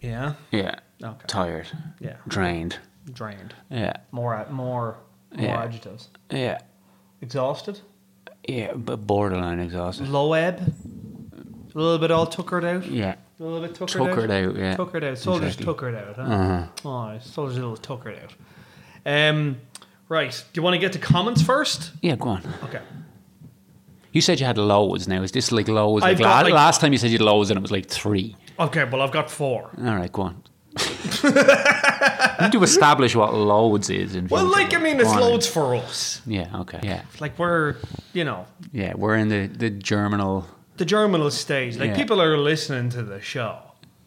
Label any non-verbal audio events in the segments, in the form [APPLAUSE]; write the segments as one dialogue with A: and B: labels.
A: Yeah.
B: Yeah.
A: Okay.
B: Tired.
A: Yeah.
B: Drained.
A: Drained.
B: Yeah.
A: More ad- more more
B: Yeah.
A: adjectives.
B: Yeah.
A: Exhausted.
B: Yeah. But borderline exhausted.
A: Low ebb. A little bit all tuckered out.
B: Yeah.
A: A little bit tuckered,
B: Tuckered out. Yeah.
A: Tuckered out. Soldier's
B: Exactly.
A: tuckered out, huh? Oh, soldier's a little tuckered out. Um, right. Do you want to get to comments first?
B: Yeah. Go on.
A: Okay.
B: You said you had loads. Now is this like loads?
A: I've
B: Like,
A: got,
B: la-
A: like-
B: last time you said you had loads and it was like three.
A: Okay, well, I've got four.
B: All right. Go
A: [LAUGHS]
B: on. you need to establish what loads is. In
A: Well,
B: future.
A: like, I mean,
B: Go
A: it's
B: on.
A: loads for us.
B: Yeah. Okay. Yeah.
A: Like, we're, you know,
B: Yeah. We're in the the germinal.
A: the germinal stage. Like,
B: Yeah.
A: people are listening to the show.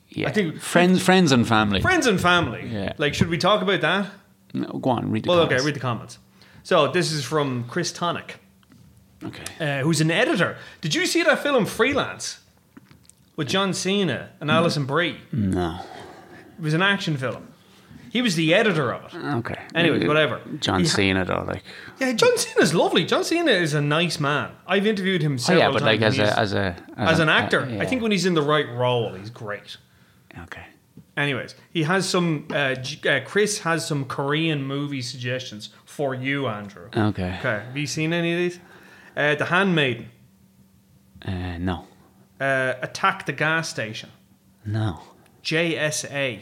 B: Yeah.
A: I think-
B: friends, friends, and family.
A: Friends and family.
B: Yeah.
A: Like, should we talk about that?
B: No, go on. Read the.
A: Well, okay,
B: comments.
A: read the comments. So, this is from Chris Tonic,
B: Okay.
A: uh, who's an editor. Did you see that film Freelance with John Cena and Alison Brie?
B: No.
A: It was an action film. He was the editor of it.
B: Okay.
A: Anyway,
B: Uh,
A: whatever.
B: John
A: Yeah.
B: Cena, though, like.
A: Yeah, John Cena's lovely. John Cena is a nice man. I've interviewed him
B: Oh,
A: several
B: yeah, but like as
A: times. and
B: a
A: he's-
B: as a
A: as an
B: a- uh,
A: actor,
B: yeah.
A: I think when he's in the right role, he's great.
B: okay.
A: Anyways, he has some. Uh, J- uh, Chris has some Korean movie suggestions for you, Andrew.
B: Okay.
A: Okay, have you seen any of these? Uh, the Handmaiden,
B: Uh, no.
A: uh, Attack the Gas Station,
B: No.
A: JSA.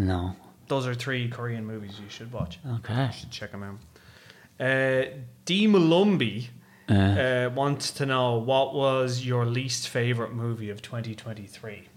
B: No.
A: Those are three Korean movies you should watch.
B: Okay.
A: You should check them out. Uh, D. Malumbi
B: Uh,
A: uh, wants to know what was your least favorite movie of 2023.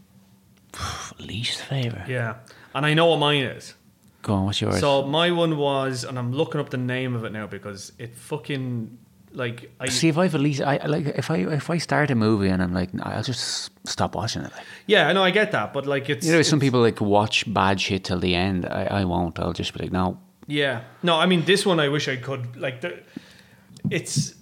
B: least favorite.
A: Yeah, and I know what mine is.
B: Go on. What's yours?
A: So my one was, and I'm looking up the name of it now because it fucking like I
B: See if I've at least I I like if I if I start a movie and I'm like I'll just s- stop watching it. Like,
A: yeah, I know I get that, but like it's
B: you know, some
A: it's-
B: people like watch bad shit till the end. I, I won't. I'll just be like, no.
A: yeah no, I mean this one I wish I could like the it's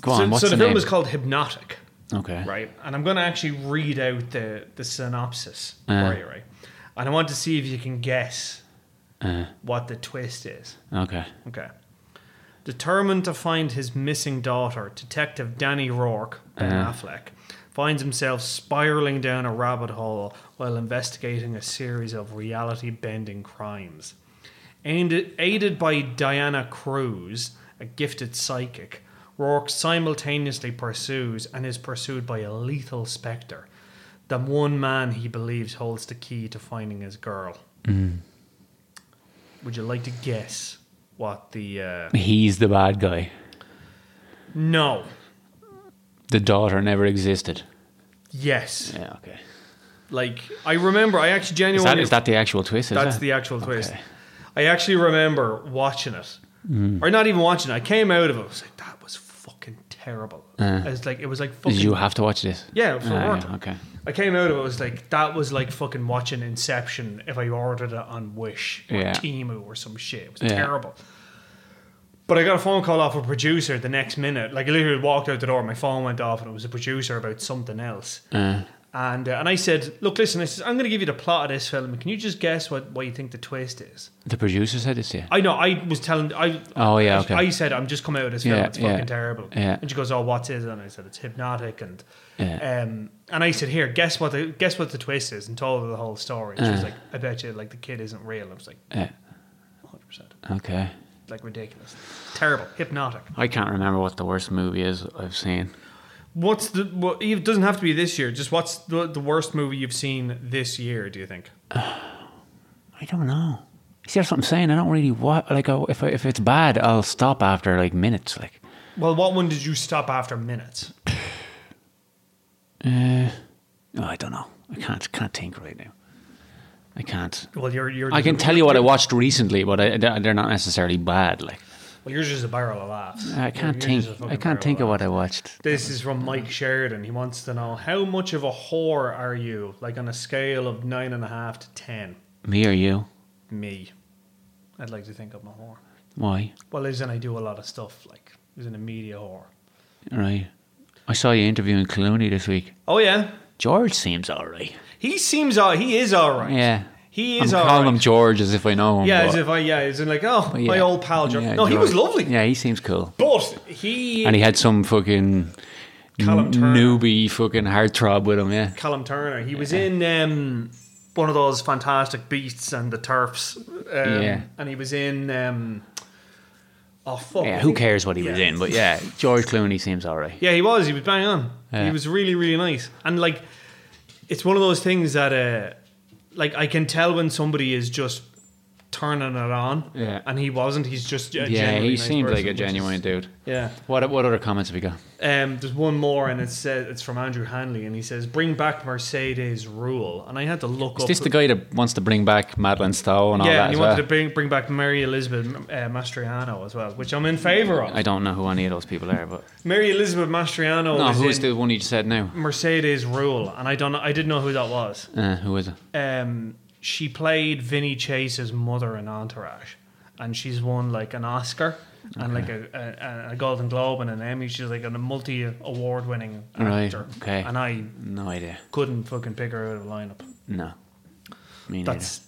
B: Go
A: so,
B: on. What's
A: so the,
B: the,
A: film
B: name?
A: is called Hypnotic,
B: okay.
A: right? And I'm gonna actually read out the the synopsis
B: Uh.
A: for you, right? And I want to see if you can guess
B: Uh,
A: what the twist is.
B: okay.
A: Okay. Determined to find his missing daughter, Detective Danny Rourke, Ben
B: Uh-huh.
A: Affleck, finds himself spiraling down a rabbit hole while investigating a series of reality bending crimes. Aided, aided by Diana Cruz, a gifted psychic, Rourke simultaneously pursues and is pursued by a lethal spectre, the one man he believes holds the key to finding his girl. Would you like to guess what the. Uh,
B: He's the bad guy.
A: no.
B: The daughter never existed.
A: Yes.
B: Yeah. Okay.
A: Like I remember, I actually
B: Is
A: genuinely
B: that, is that the actual twist? Is
A: that's
B: that?
A: the actual twist.
B: Okay.
A: I actually remember watching it,
B: Mm.
A: or not even watching. it. I came out of it. I was like, that was fucking terrible. I was like, it was like fucking.
B: Did you have to watch this?
A: yeah, for
B: Uh. Ah,
A: work.
B: yeah, okay.
A: I came out of it. I was like, that was like fucking watching Inception if I ordered it on Wish or
B: Yeah.
A: Timu or some shit. It was
B: Yeah.
A: terrible. But I got a phone call off a producer the next minute. Like I literally walked out the door, my phone went off, and it was a producer about something else. And uh, and I said, look, listen, I says, I'm going to give you the plot of this film. Can you just guess what, what you think the twist is?
B: The producer said this, yeah.
A: I know I was telling I
B: Oh, yeah,
A: I,
B: okay.
A: I said I'm just coming out of this film.
B: Yeah,
A: it's fucking
B: yeah,
A: terrible.
B: yeah.
A: And she goes, "Oh, what's it?" And I said, "It's hypnotic." And
B: Yeah.
A: um, and I said, "Here, guess what the guess what the twist is?" And told her the whole story. And she
B: Uh.
A: was like, "I bet you like the kid isn't real." I was like,
B: Yeah.
A: "100 percent,
B: Okay.
A: like ridiculous, terrible, hypnotic."
B: I can't remember what the worst movie is I've seen.
A: What's the? What, it doesn't have to be this year. Just what's the, the worst movie you've seen this year? Do you think?
B: I don't know. See, that's what I'm saying. I don't really what like I, if I, if it's bad, I'll stop after like minutes. Like,
A: Well, what one did you stop after minutes?
B: uh, oh, I don't know. I can't can't think right now. I can't.
A: Well, you're you're.
B: I can tell you what I watched recently, but I, they're not necessarily bad. Like,
A: Well, yours is a barrel of laughs.
B: I can't think. I can't think of what I watched.
A: This is from Mike Sheridan. He wants to know how much of a whore are you, like on a scale of nine and a half to ten?
B: Me or you?
A: Me, I'd like to think I'm a whore.
B: Why?
A: Well, isn't I do a lot of stuff like isn't a media whore?
B: Right. I saw you interviewing Clooney this week.
A: Oh yeah,
B: George seems all right.
A: he seems all he is all right.
B: Yeah.
A: he
B: I'm
A: is all
B: calling
A: right.
B: him George as if I know him.
A: yeah, as
B: but-
A: if I yeah, as in like oh
B: but yeah.
A: my old pal. George.
B: Yeah,
A: no, he was
B: George.
A: lovely,
B: Yeah, he seems cool.
A: but he
B: And he had some fucking n-
A: Callum Turner.
B: newbie fucking heartthrob with him. Yeah.
A: Callum Turner. He was in um, one of those fantastic beasts and the turfs. Um,
B: Yeah.
A: And he was in. Um, oh fuck! I
B: Yeah, who
A: think-
B: cares what he was
A: Yeah.
B: in? But yeah, George Clooney seems all right.
A: Yeah, he was. He was bang on. He
B: Yeah.
A: was really, really nice. And like, it's one of those things that, uh, like, I can tell when somebody is just turning it on.
B: Yeah.
A: And he wasn't. He's just a
B: Yeah,
A: genuinely
B: he
A: nice
B: seems like
A: person,
B: a
A: which is-
B: genuine dude.
A: Yeah.
B: What what other comments have we got?
A: Um, there's one more, and it says it's from Andrew Hanley, and he says, "Bring back Mercedes rule." And I had to look
B: Is
A: up.
B: this the guy that wants to bring back Madeline Stowe and all
A: yeah,
B: Oh, that?
A: and
B: as
A: he wanted
B: well?
A: to bring, bring back Mary Elizabeth uh, Mastriano as well, which I'm in favour of.
B: I don't know who any of those people are, but
A: Mary Elizabeth Mastriano
B: no,
A: was
B: who is
A: in
B: the one you just said now?
A: Mercedes Rule, and I don't know, I didn't know who that was.
B: Uh, who is it?
A: Um, she played Vinny Chase's mother in Entourage, and she's won like an Oscar and like a, a, a Golden Globe and an Emmy. She's like a multi award winning
B: Right,
A: actor.
B: okay.
A: and I
B: No idea.
A: couldn't fucking pick her out of the lineup.
B: No, me neither.
A: That's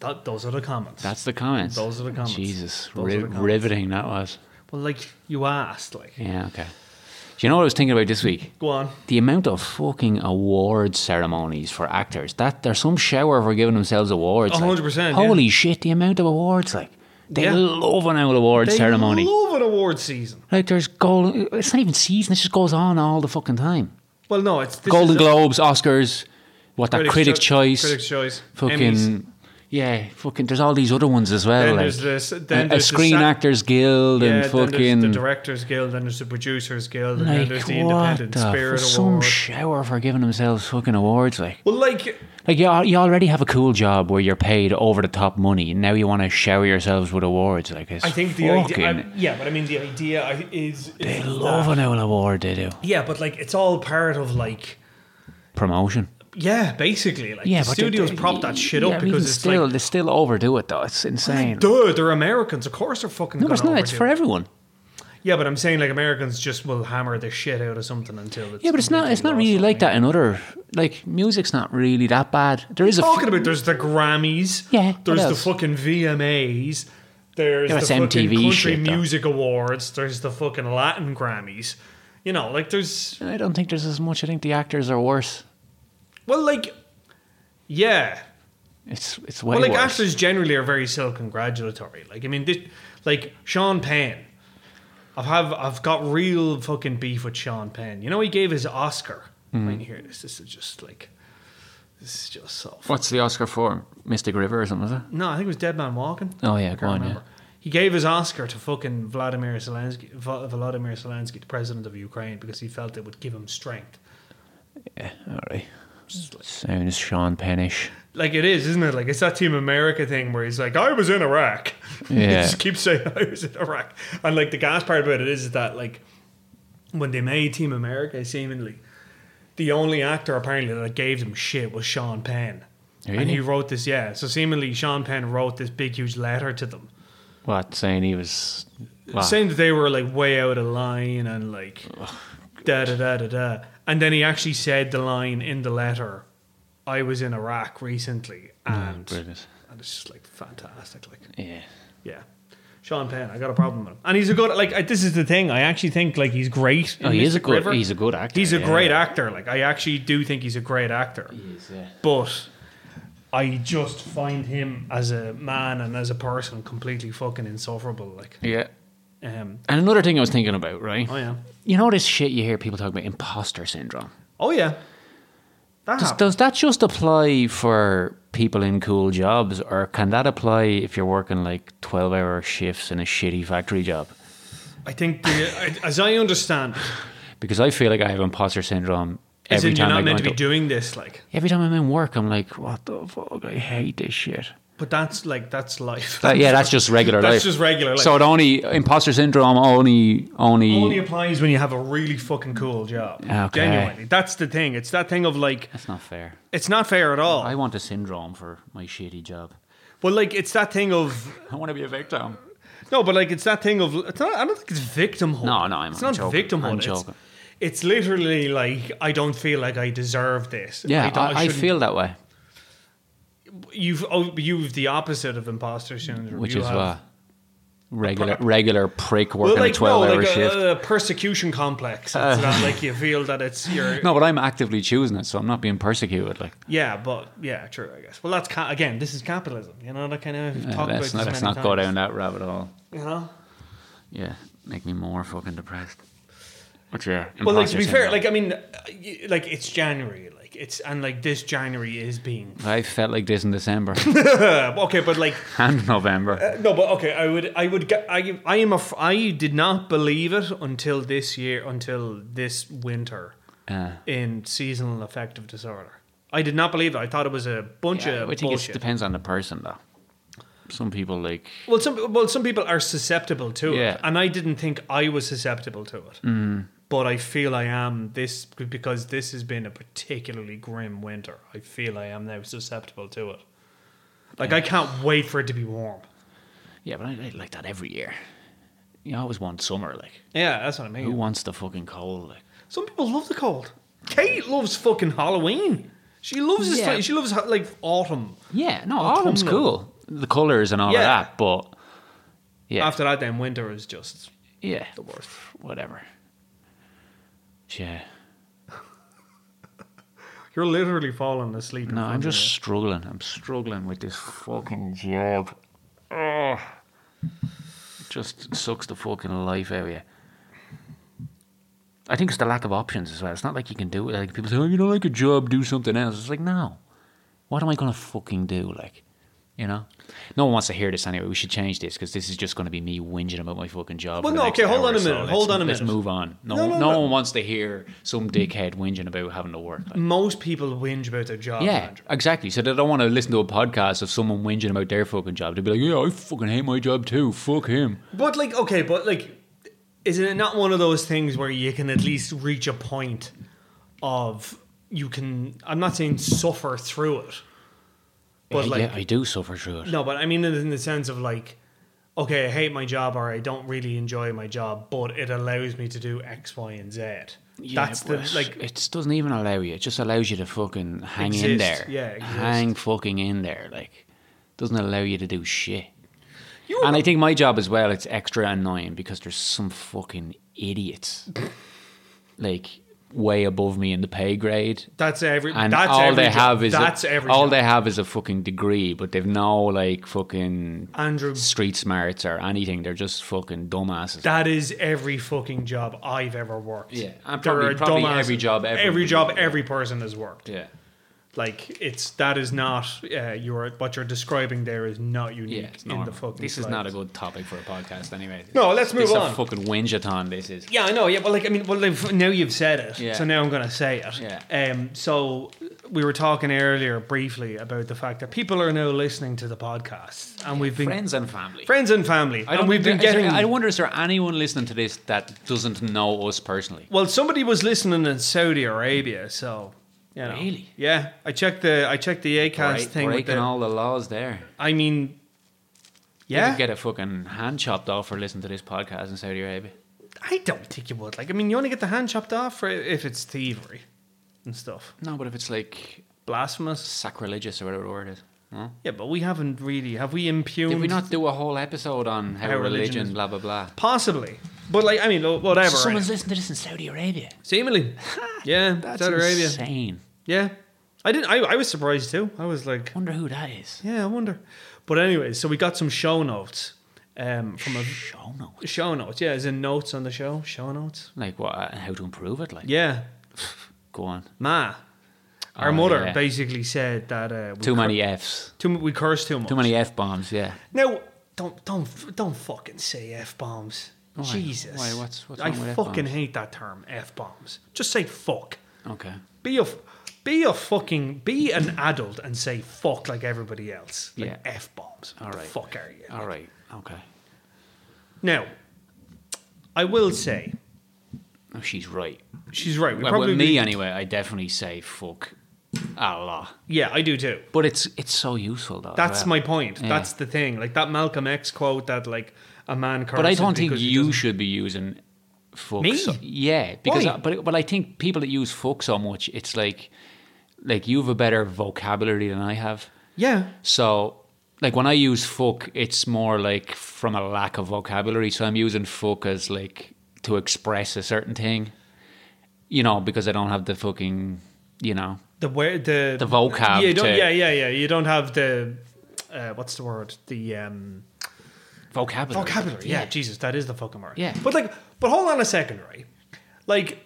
A: that. Those are the comments.
B: That's the comments.
A: Those are the comments.
B: Jesus,
A: Those are
B: ri-
A: the comments.
B: riveting that was.
A: well, like you asked, like
B: Yeah, okay. Do you know what I was thinking about this week?
A: go on.
B: The amount of fucking award ceremonies for actors. That there's some shower for giving themselves awards. like.
A: 100%, yeah.
B: Holy shit! The amount of awards, like they
A: Yeah.
B: love an old award
A: They
B: ceremony.
A: Love an award season.
B: like there's golden. It's not even season. It just goes on all the fucking time.
A: Well, no, it's this
B: Golden
A: is a-
B: Globes, Oscars, what that Critics',
A: Cho-
B: Choice,
A: Critics' Choice.
B: fucking
A: Emmys.
B: yeah, fucking. There's all these other ones as well.
A: Then
B: like,
A: there's this-
B: a-
A: then
B: a,
A: there's the
B: Screen
A: Sat-
B: Actors Guild
A: Yeah,
B: and
A: then there's the
B: fucking
A: Directors Guild, then there's the Producers Guild, and then
B: like
A: there's the
B: what
A: Independent
B: the
A: Spirit
B: fuck, some
A: Award.
B: shower for giving themselves fucking awards like.
A: well, like,
B: Like you, al- you already have a cool job where you're paid over the top money, and now you want to shower yourselves with awards like this.
A: I think the idea, I- yeah, but I mean the idea I- is, is
B: they
A: that-
B: love an old award. They do
A: Yeah, but like it's all part of like,
B: promotion.
A: yeah, basically, like
B: Yeah,
A: the
B: but
A: studios
B: they-
A: prop that shit
B: yeah,
A: up
B: but even
A: because it's
B: still
A: like,
B: they still overdo it though. It's insane.
A: duh, they're Americans, of course they're fucking.
B: No, it's
A: gonna
B: not. It's
A: overdo
B: for
A: it.
B: everyone.
A: Yeah, but I'm saying like Americans just will hammer the shit out of something until it's
B: Yeah, but it's not. It's not
A: completely
B: really like
A: lost something.
B: that in other. Like music's not really that bad. There is a.
A: Talking
B: F-
A: about there's the Grammys,
B: Yeah, what
A: there's the
B: else?
A: fucking VMAs, there's
B: Yeah,
A: the
B: it's
A: fucking
B: MTV
A: Country
B: shit, though.
A: Music Awards, there's the fucking Latin Grammys. You know, like there's
B: I don't think there's as much. I think the actors are worse.
A: well, like yeah,
B: It's it's way
A: well, like
B: worse.
A: actors generally are very self congratulatory. Like I mean, this, like Sean Penn, I've have I've got real fucking beef with Sean Penn. You know, he gave his Oscar.
B: Mm-hmm.
A: When you hear this, this is just like this is just so
B: What's the Oscar for? Mystic River or something? Is it?
A: No, I think it was Dead Man Walking.
B: Oh, yeah,
A: I can't
B: go on, yeah.
A: remember. He gave his Oscar to fucking Vladimir Zelensky, Vo- Volodymyr Zelensky, the president of Ukraine, because he felt it would give him strength.
B: All right. Sounds Sean Pennish.
A: Like it is, isn't it? Like it's that Team America thing where he's like, "I was in Iraq." [LAUGHS] he
B: Yeah.
A: just keeps saying, "I was in Iraq," and like the gas part about it is that like when they made Team America, seemingly the only actor apparently that gave them shit was Sean Penn. And
B: Really?
A: he wrote this, yeah. So seemingly Sean Penn wrote this big, huge letter to them,
B: What saying he was? What?
A: saying that they were like way out of line and like da da da da da. And then he actually said the line in the letter, "I was in Iraq recently,"
B: Oh,
A: and
B: brilliant.
A: and it's just like fantastic. Like
B: Yeah.
A: yeah, Sean Penn, I got a problem with him, and he's a good like. I, this is the thing. I actually think like he's great. in
B: Oh, he is a
A: Mystic
B: good.
A: River.
B: He's a good actor.
A: He's a
B: yeah.
A: great actor. Like I actually do think he's a great actor,
B: He is, yeah.
A: but. I just find him as a man and as a person completely fucking insufferable. Like,
B: Yeah.
A: um,
B: And another thing I was thinking about, right?
A: oh yeah,
B: You know this shit you hear people talk about imposter syndrome.
A: Oh yeah. That
B: Does,
A: happened.
B: does that just apply for people in cool jobs, or can that apply if you're working like twelve-hour shifts in a shitty factory job?
A: I think, the, I- as I understand, it,
B: Because I feel like I have imposter syndrome
A: as
B: every
A: in you're
B: time I
A: not
B: go
A: meant to be
B: into,
A: doing this. Like,
B: every time I'm in work. I'm like, what the fuck? I hate this shit.
A: but that's like that's life.
B: That- yeah, that's just regular
A: That's
B: life.
A: just regular life.
B: So it only imposter syndrome only only.
A: only applies when you have a really fucking cool job.
B: Okay.
A: Genuinely, that's the thing. It's that thing of like,
B: that's not fair.
A: it's not fair at all.
B: I want a syndrome for my shitty job.
A: but like, it's that thing of
B: I want to be a victim.
A: no. But like, it's that thing of. It's not, I don't think it's victimhood.
B: No, no, I'm-
A: it's
B: I'm
A: not
B: joking.
A: victimhood.
B: I'm
A: It's-
B: joking.
A: It's, literally like I don't feel like I deserve this.
B: Yeah,
A: don't-
B: I, I,
A: shouldn't
B: feel that way,
A: you've oh, you've the opposite of imposter syndrome.
B: which
A: You
B: is
A: have
B: why regular regular prick
A: Well,
B: working
A: like,
B: a twelve
A: no,
B: hour
A: like uh,
B: shift.
A: A, a persecution complex.
B: [LAUGHS]
A: It's not like you feel that it's your.
B: no, but I'm actively choosing it, so I'm not being persecuted. Like
A: Yeah, but yeah, true, I guess. Well, that's ca- again, this is capitalism. You know, that kind of
B: yeah,
A: talk
B: let's
A: about
B: not, let's
A: this many
B: not go
A: times,
B: down that rabbit hole.
A: You know.
B: Yeah, make me more fucking depressed. But yeah,
A: Well, like to
B: imposter
A: be fair,
B: syndrome.
A: like I mean, uh, y- like it's January, like it's and like this January is being uh,
B: I felt like this in December [LAUGHS]
A: okay, but like
B: and November.
A: No, but okay, I would, I would, get, I, I am a, f- I did not believe it until this year, until this winter
B: Uh,
A: in seasonal affective disorder. I did not believe it. I thought it was a bunch
B: yeah,
A: of
B: I think it
A: bullshit.
B: depends on the person, though. Some people like
A: well, some, well, some people are susceptible to
B: Yeah. Mm.
A: it, and I didn't think I was susceptible to it. But I feel I am this because this has been a particularly grim winter. I feel I am now susceptible to it. Like I can't wait for it to be warm.
B: Yeah, but I, I like that every year. You always want summer, like
A: Yeah, that's what I mean.
B: who wants the fucking cold? Like
A: Some people love the cold. Kate loves fucking Halloween. She loves this.
B: Yeah.
A: time- She loves ha- like autumn.
B: yeah, no, autumn's
A: Autumnal.
B: cool, the colors and all
A: Yeah.
B: of that, but yeah,
A: After that, then winter is just
B: yeah,
A: the worst.
B: whatever. Yeah,
A: You're literally falling asleep. in
B: no,
A: front
B: I'm
A: of
B: just
A: me.
B: struggling. I'm struggling with this fucking job. Ugh. It just sucks the fucking life out of you. I think it's the lack of options as well. It's not like you can do it. Like people say, "Oh, you don't like a job, do something else." It's like, no. What am I gonna fucking do? Like, you know, no one wants to hear this anyway. We should change this because this is just gonna be me whinging about my fucking job.
A: Well,
B: for the
A: no,
B: next
A: okay, hold
B: hour
A: on
B: or
A: a minute,
B: Let's-
A: hold on a
B: Let's
A: minute.
B: move on. No,
A: No,
B: no,
A: no, no.
B: one wants to hear some dickhead whinging about having to work. Like,
A: Most people whinge about their job.
B: yeah,
A: Andrew.
B: exactly. So they don't want to listen to a podcast of someone whinging about their fucking job. They'd be like, "Yeah, I fucking hate my job too. Fuck him."
A: But like, okay, but like, isn't it not one of those things where you can at least reach a point of you can? I'm not saying suffer through it, but
B: yeah,
A: like,
B: yeah, I do suffer through it.
A: No, but I mean it in the sense of like, okay, I hate my job or I don't really enjoy my job, but it allows me to do X, Y, and Z.
B: Yeah,
A: That's the
B: but
A: like.
B: It doesn't even allow you. It just allows you to fucking hang in
A: Exist.
B: there.
A: Yeah, exist.
B: hang fucking in there. Like, doesn't allow you to do shit.
A: You
B: And I think my job as well. It's extra annoying because there's some fucking idiots, like way above me in the pay grade.
A: that's every.
B: And
A: that's
B: all
A: every
B: they
A: job.
B: have is
A: that's
B: a,
A: every.
B: all
A: job.
B: they have is a fucking degree, but they've no like fucking
A: Andrew.
B: street smarts or anything. They're just fucking dumbasses.
A: That is every fucking job I've ever worked.
B: Yeah, and
A: There
B: probably-
A: are
B: probably
A: dumbasses-
B: every job every-
A: every job every person has worked.
B: yeah,
A: Like it's that is not uh, your what you're describing there is not unique
B: yeah. It's
A: in
B: normal.
A: the fucking.
B: this is not a
A: slightest.
B: good topic for a podcast, anyway.
A: No, let's move
B: this
A: on.
B: Is a fucking whinge-a-thon, This is.
A: Yeah, I know. Yeah, well, like I mean, well, they've- now you've said it,
B: Yeah.
A: so now I'm gonna say it.
B: Yeah.
A: Um. So we were talking earlier briefly about the fact that people are now listening to the podcast, and we've been
B: friends and family.
A: friends and family,
B: I
A: and we've been
B: there- is there-
A: getting.
B: I wonder is there anyone listening to this that doesn't know us personally?
A: well, somebody was listening in Saudi Arabia, so you know.
B: Really?
A: Yeah, I checked the I checked the Acast
B: Break-
A: thing. With
B: breaking
A: the,
B: all the laws there.
A: I mean,
B: You
A: yeah,
B: could get a fucking hand chopped off for listening to this podcast in Saudi Arabia.
A: I don't think you would. Like, I mean, you only get the hand chopped off for if it's thievery and stuff,
B: No, but if it's like
A: blasphemous.
B: sacrilegious or whatever the word is. No?
A: Yeah, but we haven't really have we impugned.
B: Did we not do a whole episode on how,
A: How religion
B: religion,
A: is-
B: blah blah blah?
A: Possibly. But like, I mean, lo- whatever.
B: Someone's
A: anyway.
B: listening to this in Saudi Arabia.
A: Seemingly.
B: [LAUGHS]
A: Yeah,
B: That's
A: Saudi Arabia.
B: insane.
A: Yeah. I didn't I, I was surprised too. I was like,
B: Wonder who that is.
A: yeah, I wonder. But anyway, so we got some show notes um from a
B: Show no.
A: show notes. Yeah, as in notes on the show, show notes.
B: Like what? uh, How to improve it? Like
A: Yeah.
B: go on.
A: Ma. Our
B: Oh,
A: mother
B: yeah.
A: basically said that uh, we
B: Too
A: cur-
B: many Fs.
A: too mu- we curse too much.
B: Too many F bombs. Yeah.
A: Now, don't don't f- don't fucking say f bombs.
B: Why?
A: Jesus.
B: Why? What's- what's
A: I
B: wrong with
A: fucking
B: F-bombs?
A: hate that term f bombs. Just say fuck.
B: Okay.
A: Be a f- be a fucking be an adult and say fuck like everybody else. Like
B: Yeah.
A: f bombs. All
B: All
A: right.
B: right.
A: Fuck are you?
B: All right. Okay.
A: Now, I will say
B: No, Oh, she's right.
A: she's right. We
B: Well,
A: probably
B: with me anyway, I definitely say fuck a lot.
A: Yeah, I do too.
B: But it's it's so useful though. as
A: That's
B: Oh, well.
A: my point.
B: Yeah.
A: That's the thing. Like that Malcolm X quote that like a man.
B: But I
A: curses
B: don't think
A: because he
B: you
A: doesn't-
B: should be using fuck.
A: Me?
B: so- yeah, because
A: Why?
B: I, but but I think people that use fuck so much, it's like like you have a better vocabulary than I have.
A: Yeah.
B: So like when I use fuck, it's more like from a lack of vocabulary. So I'm using fuck as like to express a certain thing, you know, because I don't have the fucking, you know,
A: The where the
B: The vocab
A: You don't,
B: to-
A: yeah, yeah, yeah. You don't have the uh, what's the word? The um,
B: vocabulary.
A: vocabulary. Yeah, Jesus, that is the fucking word.
B: Yeah.
A: but like, but hold on a second, right? Like,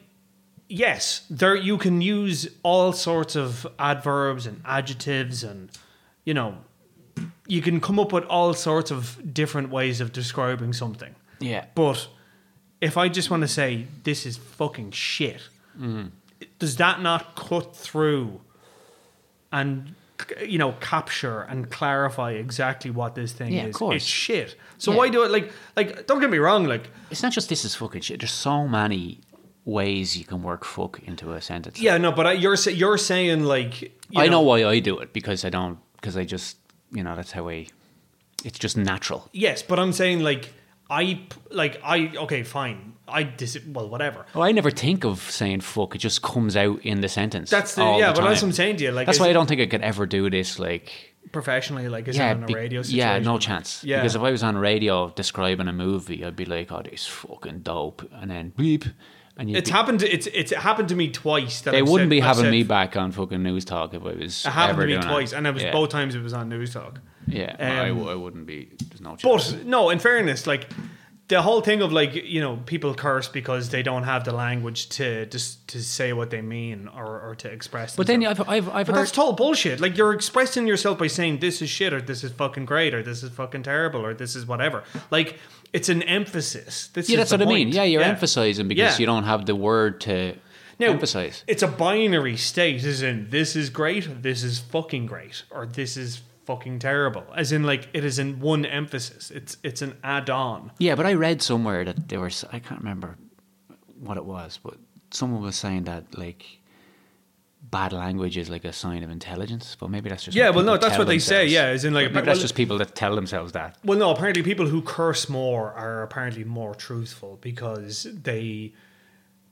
A: yes, there you can use all sorts of adverbs and adjectives, and you know, you can come up with all sorts of different ways of describing something.
B: Yeah.
A: But if I just want to say this is fucking shit,
B: Mm-hmm.
A: does that not cut through and you know capture and clarify exactly what this thing
B: Yeah, of
A: is?
B: course.
A: It's shit. So
B: Yeah.
A: why do it like like? Don't get me wrong. Like
B: It's not just this is fucking shit. There's so many ways you can work fuck into a sentence.
A: yeah, no, but I, you're sa- you're saying like you
B: I know. why I do it because I don't because I just you know that's how I. It's just natural.
A: Yes, but I'm saying like I p- like I okay fine I dis well whatever.
B: Oh, I never think of saying fuck. It just comes out in the sentence.
A: That's the
B: all
A: yeah, but
B: time.
A: that's what I'm saying to you. Like
B: That's
A: is
B: why I
A: it
B: don't think I could ever do this. Like,
A: professionally like is
B: yeah,
A: it on a
B: be-
A: radio situation?
B: yeah, no chance.
A: Yeah.
B: Because if I was on radio describing a movie, I'd be like, "Oh, this fucking dope," and then beep, and you'd
A: It's
B: be-
A: happened. It's it's happened to me twice. That
B: they
A: I've
B: wouldn't
A: said-
B: be
A: I've
B: having
A: said-
B: me back on fucking news talk if I was.
A: It happened
B: ever
A: to me
B: doing that.
A: twice, and it was
B: yeah.
A: both times it was on News Talk.
B: Yeah, I I,
A: um,
B: w- I wouldn't be. There's no chance.
A: But no, in fairness, like the whole thing of like you know people curse because they don't have the language to just to say what they mean or, or to express.
B: But then I've
A: themselves.
B: I've, I've
A: but
B: heard
A: that's total bullshit. Like you're expressing yourself by saying this is shit or this is fucking great or this is fucking terrible or this is whatever. Like it's an emphasis. This
B: yeah,
A: is
B: that's
A: the
B: what I mean.
A: point.
B: Yeah, you're emphasizing because
A: Yeah.
B: you don't have the word to
A: Now,
B: emphasize.
A: It's a binary state, as in this is great, this is fucking great, or this is fucking terrible. As in, like it is in one emphasis. It's it's an add-on.
B: Yeah, but I read somewhere that there was I can't remember what it was, but someone was saying that like bad language is like a sign of intelligence. But maybe that's just
A: Yeah,
B: what
A: well, no,
B: people
A: that's
B: tell
A: what they say.
B: themselves.
A: Yeah, as in, like,
B: But maybe
A: well-
B: that's just people that tell themselves that.
A: Well, no, apparently people who curse more are apparently more truthful because they.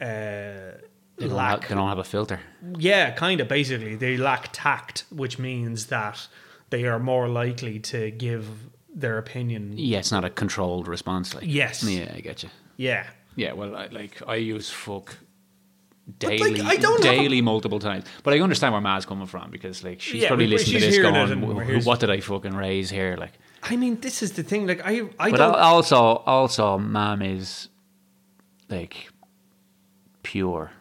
A: Uh,
B: They don't,
A: lack
B: have, they don't have a filter.
A: Yeah, kind of. Basically, they lack tact, which means that they are more likely to give their opinion.
B: Yeah, it's not a controlled response. Like
A: Yes.
B: yeah, I get you.
A: Yeah,
B: Yeah, well, I, like I use fuck daily,
A: I don't have a-
B: daily multiple times. But I understand where Ma's coming from because like she's
A: Yeah,
B: probably
A: we- we-
B: listening
A: she's
B: to this
A: hearing it
B: going,
A: and
B: "Wh-
A: we're
B: wh-
A: hearing-
B: "What did I fucking raise here?" Like,
A: I mean, this is the thing. Like, I, I
B: but
A: don't.
B: al- also, also, Mam is like pure.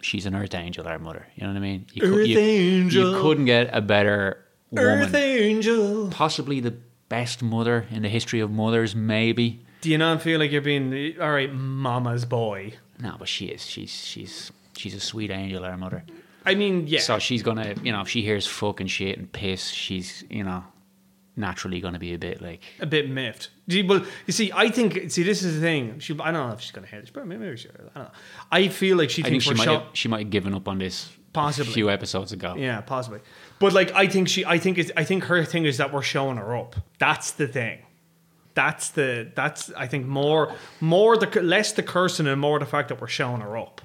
B: She's an earth angel, our mother. You know what I mean? You cou-
A: Earth
B: you-
A: angel.
B: You couldn't get a better woman.
A: Earth angel.
B: Possibly the best mother in the history of mothers, maybe.
A: Do you not feel like you're being all right, mama's boy?
B: No, but she is. She's she's she's a sweet angel, our mother.
A: I mean, yeah,
B: So she's gonna, you know, if she hears fucking shit and piss, she's, you know, naturally gonna be a bit like,
A: a bit miffed. Do you- Well, you see, I think see this is the thing. She, I don't know if she's gonna hear this, but maybe she. I don't know. I feel like she
B: I think
A: thinks
B: she
A: we're
B: might,
A: show-
B: have, she might have given up on this
A: Possibly.
B: a few episodes ago.
A: Yeah, possibly. But like, I think she. I think it's. I think her thing is that we're showing her up. That's the thing. That's the. That's. I think more. More the less the cursing and more the fact that we're showing her up.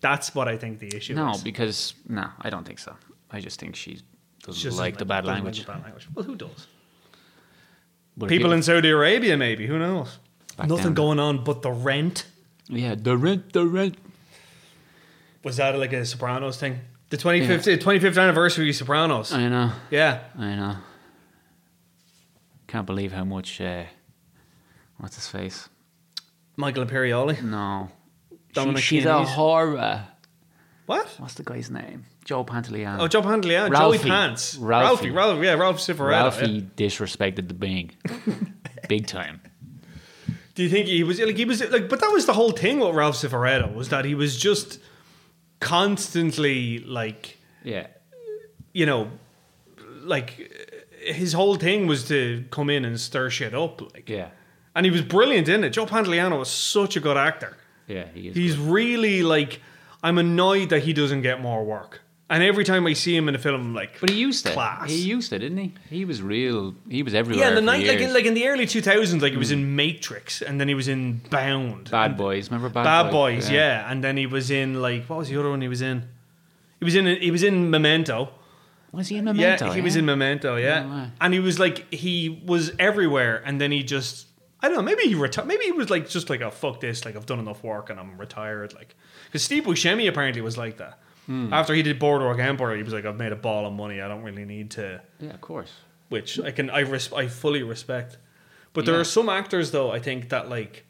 A: That's what I think the issue
B: No,
A: is.
B: because no, I don't think so. I just think she doesn't
A: She doesn't
B: like the bad
A: doesn't
B: language.
A: the bad language. Well, who does?
B: But if
A: People
B: you-
A: in Saudi Arabia, maybe. Who knows?
B: Back down.
A: Nothing going on but the rent.
B: yeah, the rent, the rent.
A: Was that like a Sopranos thing? The 25th, 25th anniversary of Sopranos.
B: I know,
A: yeah.
B: I know. Can't believe how much. Uh, what's his face?
A: Michael Imperioli.
B: No,
A: Dominic
B: she, she's a
A: Chianese.
B: horror.
A: What?
B: What's the guy's name? Joe Pantoliano.
A: Oh, Joe Handley, yeah.
B: Ralphie.
A: Joey Pants.
B: Ralphie.
A: Ralphie. Ralph, yeah, Ralph Cifarello.
B: Ralphie
A: yeah.
B: disrespected the Bing, [LAUGHS] big time.
A: Do you think he was like he was like? But that was the whole thing with Ralph Cifaretto was that he was just constantly like
B: Yeah,
A: you know like his whole thing was to come in and stir shit up like
B: yeah,
A: and he was brilliant in it. Joe Pantoliano was such a good actor.
B: yeah. He is
A: He's
B: good.
A: really like I'm annoyed that he doesn't get more work. And every time I see him in a film, I'm like,
B: but he used it.
A: class.
B: He used it, didn't he? He was real. He was everywhere.
A: yeah, in the
B: for
A: night, like
B: years.
A: in, like in the early 2000s, like he was in Matrix, and then he was in Bound,
B: Bad Boys. Remember Bad,
A: Bad Boys, yeah. and then he was in like what was the other one he was in? He was in he was in Memento,
C: Was he in Memento? Oh,
A: yeah, he was in Memento. Yeah,
C: No way.
A: and he was like he was everywhere, and then he just I don't know. Maybe he retired. Maybe he was like just like oh fuck this. Like I've done enough work and I'm retired. Like because Steve Buscemi apparently was like that.
C: Hmm.
A: After he did Boardwalk Empire, he was like I've made a ball of money. I don't really need to.
C: Yeah, of course.
A: Which I can I res- I fully respect. But there
C: Yeah.
A: are some actors though I think that like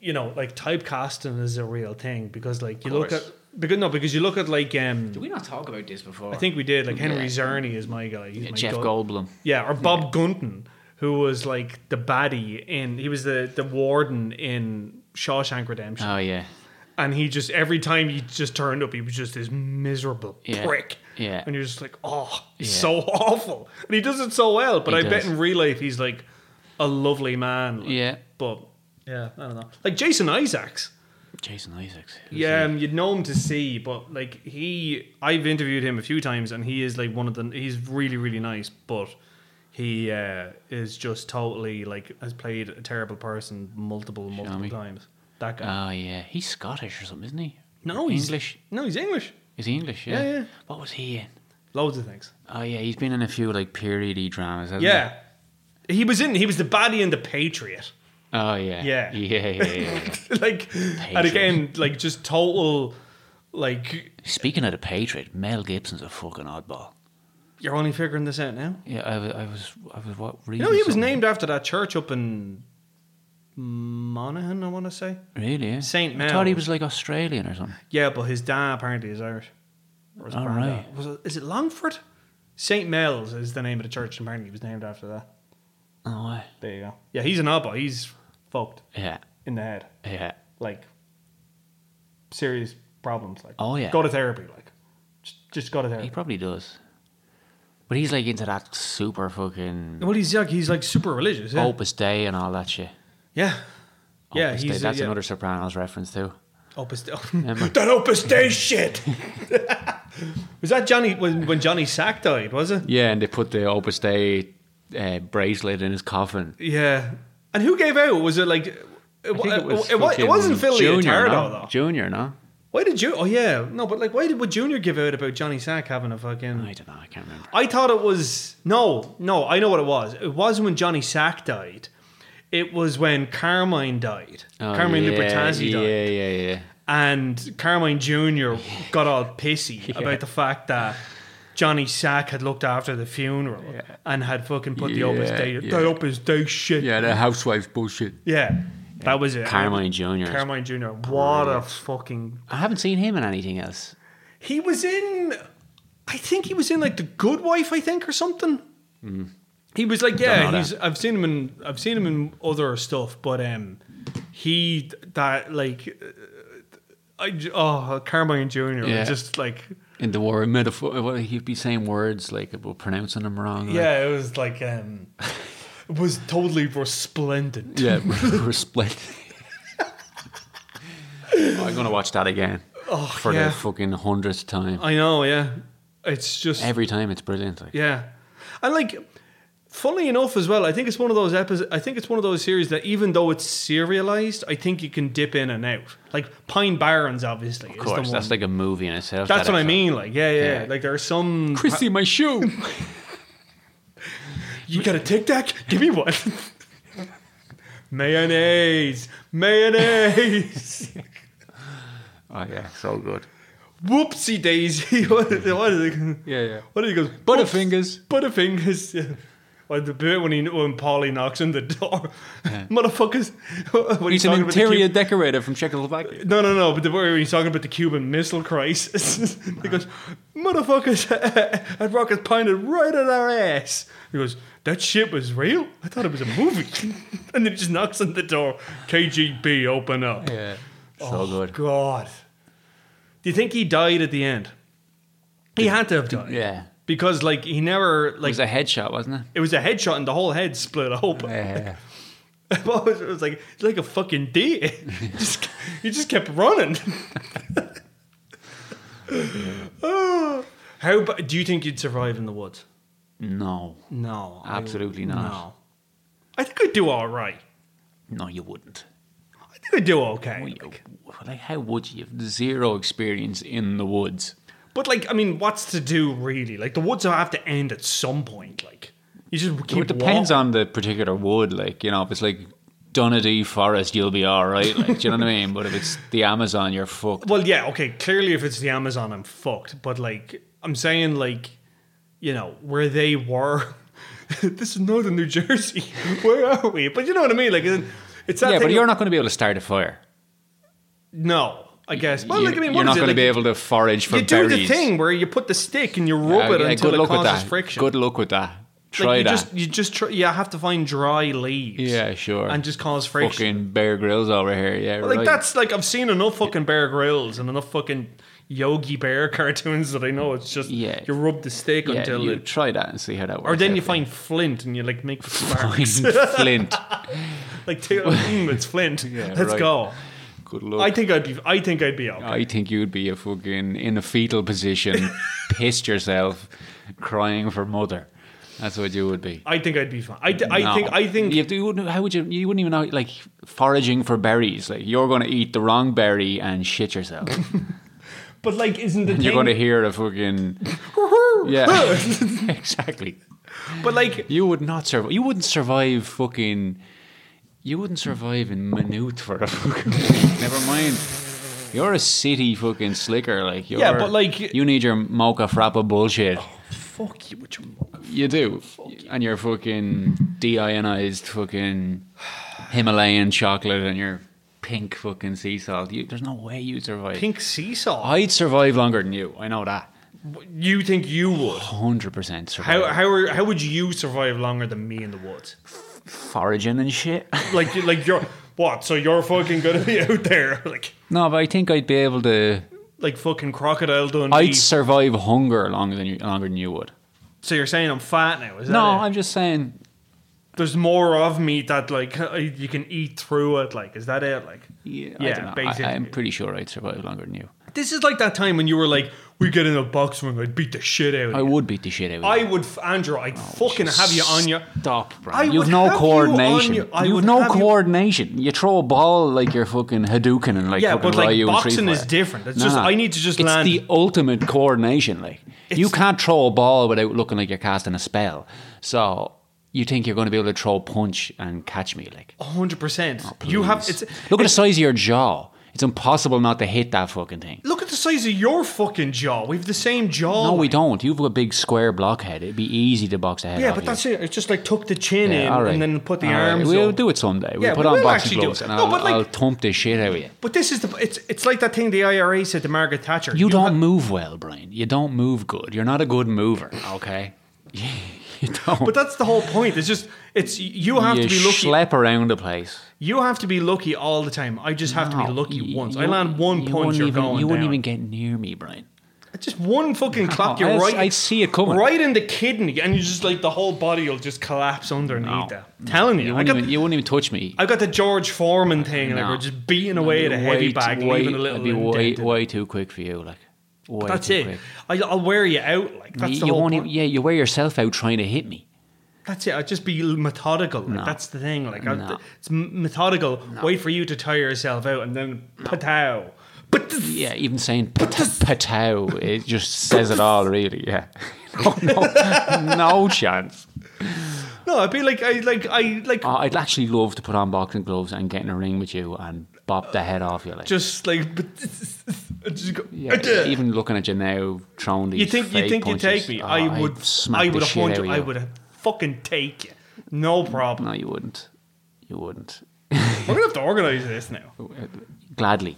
A: you know like typecasting is a real thing because like you look at
C: course.
A: because no because you look at like um
C: Did we not talk about this before?
A: I think we did. Like Henry
C: Yeah.
A: Zerny is my guy. He's
B: Yeah,
A: my
B: Jeff
A: guy.
B: Goldblum.
A: Yeah, or Bob Gunton, who was like the baddie in. He was the the warden in Shawshank Redemption,
B: Oh yeah,
A: and he just every time he just turned up, he was just this miserable
B: Yeah.
A: prick.
B: Yeah.
A: and you're just like, oh, he's
B: Yeah.
A: so awful, and he does it so well. But
B: He
A: I bet
B: does.
A: in real life he's like a lovely man. like,
B: Yeah.
A: but yeah, I don't know. Like Jason Isaacs.
B: Jason Isaacs. Who's
A: Yeah, um, you'd know him to see, but like he, I've interviewed him a few times, and he is like one of the. He's really, really nice, but he uh, is just totally like has played a terrible person multiple, multiple
B: Shammy.
A: times. That
B: he?
A: guy.
B: Oh yeah, he's Scottish or something, isn't he?
A: no,
B: Or
A: he's
B: English.
A: No, he's English.
B: Is he English?
A: Yeah,
B: Yeah.
A: yeah.
B: What was he in?
A: Loads of things.
B: Oh yeah, he's been in a few like periody dramas. Hasn't
A: Yeah, he was in. He was the baddie in the Patriot. [LAUGHS]
B: He? Oh yeah.
A: Yeah.
B: Yeah yeah yeah. yeah.
A: like, and again, like just total, like
B: Speaking of the Patriot, Mel Gibson's a fucking oddball.
A: you're only figuring this out now.
B: Yeah, I was, I was, I was what
A: You
B: reading?
A: know, he was
B: something.
A: named after that church up in Monaghan. I want to say.
B: Really? yeah?
A: Saint
B: I thought he
A: Mel.
B: was like Australian or something.
A: Yeah, but his dad apparently is Irish. Or his
B: All
A: granddad. Was it, is it Longford? St. Mel's is the name of the church, and apparently it was named after that.
B: No way.
A: There you go. Yeah, he's an oddball. He's fucked
B: Yeah,
A: in the head.
B: yeah.
A: Like, serious problems. Like,
B: Oh, yeah.
A: Go to therapy. Like, just, just go to
B: He
A: therapy.
B: probably does. But he's like into that super fucking
A: Well, he's like, he's like super religious. Yeah.
B: Opus Day and all that shit.
A: Yeah. Yeah,
B: Opus Dei.
A: he's
B: That's
A: yeah.
B: another Sopranos reference too. [LAUGHS]
A: Opus Dei.
B: Remember?
A: that Opus Dei shit. [LAUGHS] was that Johnny when, when Johnny Sack died? Was it?
B: Yeah, and they put the Opus Day uh, bracelet in his coffin.
A: Yeah. And who gave out? Was it like. It,
B: I think
A: it, was uh, it, wa- it wasn't Phil
B: fucking
A: Leotardo,
B: no?
A: though.
B: Junior, no?
A: Why did you. Oh, yeah. No, but like, why did would Junior give out about Johnny Sack having a
B: I
A: fucking.
B: don't know. I can't remember.
A: I thought it was. No, no, I know what it was. It wasn't when Johnny Sack died. It was when Carmine died. Carmine Lupertazzi
B: Oh, yeah,
A: died.
B: Yeah, yeah, yeah.
A: And
B: [LAUGHS]
A: Carmine Jr. got all pissy about the fact that Johnny Sack had looked after the funeral and had fucking put the Opus
B: Yeah,
A: Dei.
B: yeah.
A: That Opus Dei shit.
B: Yeah, the housewife bullshit.
A: Yeah, that was it.
B: Carmine Junior.
A: Carmine Jr. What a fucking.
B: I haven't seen him in anything else.
A: He was in. I think he was in like The Good Wife, I think, or something. He was like, yeah,
B: Mm. know that.
A: he's. I've seen him in. I've seen him in other stuff, but um, he that like. uh, I j- oh Carmine Jr.
B: Yeah.
A: Just like
B: In the war metaphor, what, he'd be saying words like about pronouncing them wrong. like-
A: yeah, it was like um, it was
B: [LAUGHS]
A: totally resplendent.
B: yeah, we're split. I'm gonna watch that again
A: Oh,
B: for
A: yeah.
B: the fucking hundredth time.
A: I know, yeah. It's just
B: Every time it's brilliant. Like,
A: Yeah, and like, funnily enough, as well, I think it's one of those episodes. I think it's one of those series that even though it's serialized, I think you can dip in and out. Like Pine Barrens, obviously,
B: of course,
A: is the
B: that's
A: one.
B: like a movie in itself.
A: that's
B: that
A: what I
B: episode.
A: mean. Like, yeah, yeah.
B: Yeah.
A: Like there are some.
B: Chrissy, my shoe.
A: you got a Tic Tac? Give me one. [LAUGHS] mayonnaise,
B: [LAUGHS]
A: mayonnaise.
B: oh yeah, so good.
A: Whoopsie daisy. [LAUGHS] what is it? What is it?
B: Yeah, yeah.
A: What do you go?
B: Butterfingers.
A: Butterfingers. [LAUGHS] Yeah. Or the bit when he when Paulie knocks on the door, [LAUGHS] motherfuckers. When
B: He's
A: talking
B: an
A: about the
B: interior
A: Cuban-
B: decorator from Czechoslovakia.
A: No, no, no. But the, where he's talking about the Cuban Missile Crisis, [LAUGHS] he goes, "Motherfuckers [LAUGHS] had rockets pointed right at our ass." He goes, "That shit was real. I thought it was a movie." [LAUGHS] and then he just knocks on the door. KGB, open up.
B: Yeah, so
A: Oh,
B: good.
A: God, do you think he died at the end? He had to have died.
B: Yeah, it
A: because like he never like
B: was a headshot, wasn't it?
A: it was a headshot and the whole head split open.
B: Yeah.
A: What was- [LAUGHS] it was like it's like a fucking deer. [LAUGHS] just he just kept running. [LAUGHS] oh. [SIGHS] How ba- do you think you'd survive in the woods?
B: No,
A: No, I-
B: Absolutely not.
A: No, I think I'd do all right.
B: no, you wouldn't.
A: I think I'd do okay.
B: Well, you- Like, how would you? You've Zero experience in the woods.
A: But like, I mean, what's to do really? Like, the woods have to end at some point. Like, you just keep.
B: it depends
A: walking.
B: on the particular wood. Like you know, if it's like Dunedee forest, you'll be all right. Like do you know what I mean? But if it's the Amazon, you're fucked.
A: Well, yeah, okay. Clearly, if it's the Amazon, I'm fucked. But like, I'm saying, like, you know, where they were. [LAUGHS] this is northern New Jersey. [LAUGHS] Where are we? But you know what I mean. Like, it- it's that
B: Yeah,
A: thing
B: but you're
A: of-
B: not going to be able to start a fire.
A: No, I guess. Well,
B: You-
A: like, I mean,
B: you're
A: what
B: not
A: is it?
B: going
A: Like,
B: to be able to forage for
A: You do the
B: berries.
A: thing where you put the stick and you
B: Yeah,
A: rub it
B: yeah,
A: until it causes
B: that.
A: friction.
B: Good luck with that.
A: Like,
B: Try
A: you
B: that.
A: Just, you just try, you have to find dry leaves.
B: yeah, sure.
A: And just cause friction.
B: fucking Bear grills over here. Yeah,
A: Like
B: right.
A: that's like I've seen enough fucking Bear Grylls and enough fucking Yogi Bear [LAUGHS] cartoons that I know it's just
B: Yeah.
A: you rub the stick
B: yeah,
A: until
B: you
A: it,
B: try that and see how that works.
A: or then
B: out
A: you
B: for
A: find Flint and you like
B: [LAUGHS]
A: make the
B: you.
A: sparks.
B: Flint.
A: [LAUGHS] like take,
B: [LAUGHS]
A: mm, it's Flint.
B: Yeah,
A: Let's
B: right.
A: go.
B: Good luck.
A: I think I'd be I think I'd be okay.
B: I think you'd be a fucking in a fetal
A: [LAUGHS]
B: position, pissed yourself, crying for mother. That's what you would be.
A: I think I'd be fine. I, d- I
B: No.
A: think I think
B: you, have to- you wouldn't. How would you? You wouldn't even know. Like foraging for berries. Like you're going to eat the wrong berry and shit
A: [LAUGHS]
B: yourself.
A: but like isn't the
B: You're going
A: [LAUGHS]
B: to
A: thing
B: hear a fucking yeah. [LAUGHS] exactly.
A: [LAUGHS] but like
B: You would not survive. You wouldn't survive fucking. You wouldn't survive in Minute for a fucking week. [LAUGHS] Never mind. You're a city fucking slicker, like you're,
A: Yeah, but, like- Oh,
B: you need your mocha frappa bullshit.
A: fuck you with your
B: You do, and your fucking deionized fucking Himalayan chocolate and your pink fucking sea salt. You, there's no way you survive.
A: pink seesaw.
B: I'd survive longer than you. I know that.
A: you think you would?
B: Hundred percent survive.
A: How how are, how would you survive longer than me in the woods?
B: Foraging and shit. [LAUGHS]
A: Like you- like you're what? So you're fucking gonna be out there [LAUGHS] like
B: no, but I think I'd be able to.
A: like fucking crocodile Dundee.
B: I'd survive hunger longer than you, longer than you would.
A: so you're saying I'm fat now? Is that
B: No,
A: it?
B: I'm just saying.
A: there's more of me that like [LAUGHS] you can eat through it. Like is that it? Like
B: Yeah,
A: Yeah,
B: I don't know. I, am
A: basically.
B: pretty sure I'd survive longer than you.
A: this is like that time when you were like, we get in a box ring, I'd beat the shit out.
B: I Oh,
A: of you.
B: would beat the shit out of you.
A: I would, f- Andrew. I'd fucking have you on your.
B: Stop, bro.
A: I
B: You've
A: would
B: no
A: have you
B: coordination. You
A: on your- I
B: have
A: would
B: no
A: have you-
B: coordination. You... throw a ball like you're fucking Hadouken and like
A: Yeah,
B: fucking
A: but like
B: Ryu and Street
A: boxing is
B: Fighter.
A: different. It's just- I need to just
B: it's
A: land-
B: the ultimate coordination. Like you
A: It's-
B: can't throw a ball without looking like you're casting a spell. So you think you're going to be able to throw a punch and catch me? Like
A: hundred percent. You have.
B: Oh, please.
A: It's,
B: look at the size of your jaw. It's impossible not to hit that fucking thing.
A: Look at the size of your fucking jaw. We have the same jaw.
B: No, we don't. You've got a big square blockhead. It'd be easy to box a head.
A: Yeah,
B: off
A: but
B: you.
A: that's it. It's just like tuck the chin in
B: all right.
A: and then put the
B: All right.
A: arms.
B: We'll
A: up.
B: do it someday. We'll
A: Yeah,
B: put
A: we
B: on
A: will
B: boxing
A: actually do
B: gloves
A: it.
B: and
A: No,
B: I'll,
A: but, like-
B: I'll thump the shit out of you.
A: But this is the. It's it's like that thing the IRA said to Margaret Thatcher.
B: You, don't
A: ha-
B: move well, Brian. You don't move good. You're not a good mover, okay? [LAUGHS] you don't.
A: but that's the whole point. It's just it's you have
B: you
A: to be lucky.
B: schlep around the place.
A: you have to be lucky all the time. I just have to
B: No,
A: be lucky
B: you-
A: once.
B: you-
A: I land one
B: you
A: punch,
B: wouldn't
A: you're
B: even,
A: going
B: You wouldn't
A: down.
B: even get near me, Brian.
A: Just one fucking
B: I,
A: clap. you're right.
B: I see it coming.
A: Right in the kidney, and you just like the whole body will just collapse underneath
B: No.
A: that. Telling you,
B: You
A: I
B: wouldn't,
A: got
B: even, you wouldn't even touch me.
A: I got the George Foreman thing, and like
B: No.
A: we're just beating away at a
B: I'd be
A: heavy
B: way too-
A: bag,
B: way-
A: leaving a little
B: I'd be way,
A: indent in it.
B: way too quick for you. Like, way
A: That's
B: too
A: it.
B: Quick.
A: I, I'll wear you out. Like that's
B: you,
A: the
B: you
A: whole
B: won't
A: point.
B: even- yeah, you wear yourself out trying to hit me.
A: That's it. I'd just be methodical. Like, That's the thing. Like I-
B: No.
A: it's m- methodical. Wait for you to tire yourself out, and then patow. But th-
B: Yeah, even saying pat- patow, it just says it all, really. Yeah. [LAUGHS] No, no, no chance.
A: no, I'd be like, I like, I like,
B: Oh, I'd actually love to put on boxing gloves and get in a ring with you and bop the head off you. Like,
A: just like, but I just go.
B: yeah, even looking at you now, throwing these
A: you think you
B: fake
A: think you
B: punches,
A: take me?
B: oh,
A: I
B: I'd
A: would.
B: smack
A: I
B: the
A: would.
B: shit
A: afford
B: out of
A: you. I
B: you.
A: would fucking take you. No problem.
B: [LAUGHS] No, you wouldn't. You wouldn't.
A: We're gonna have to organize this now.
B: Oh. Gladly.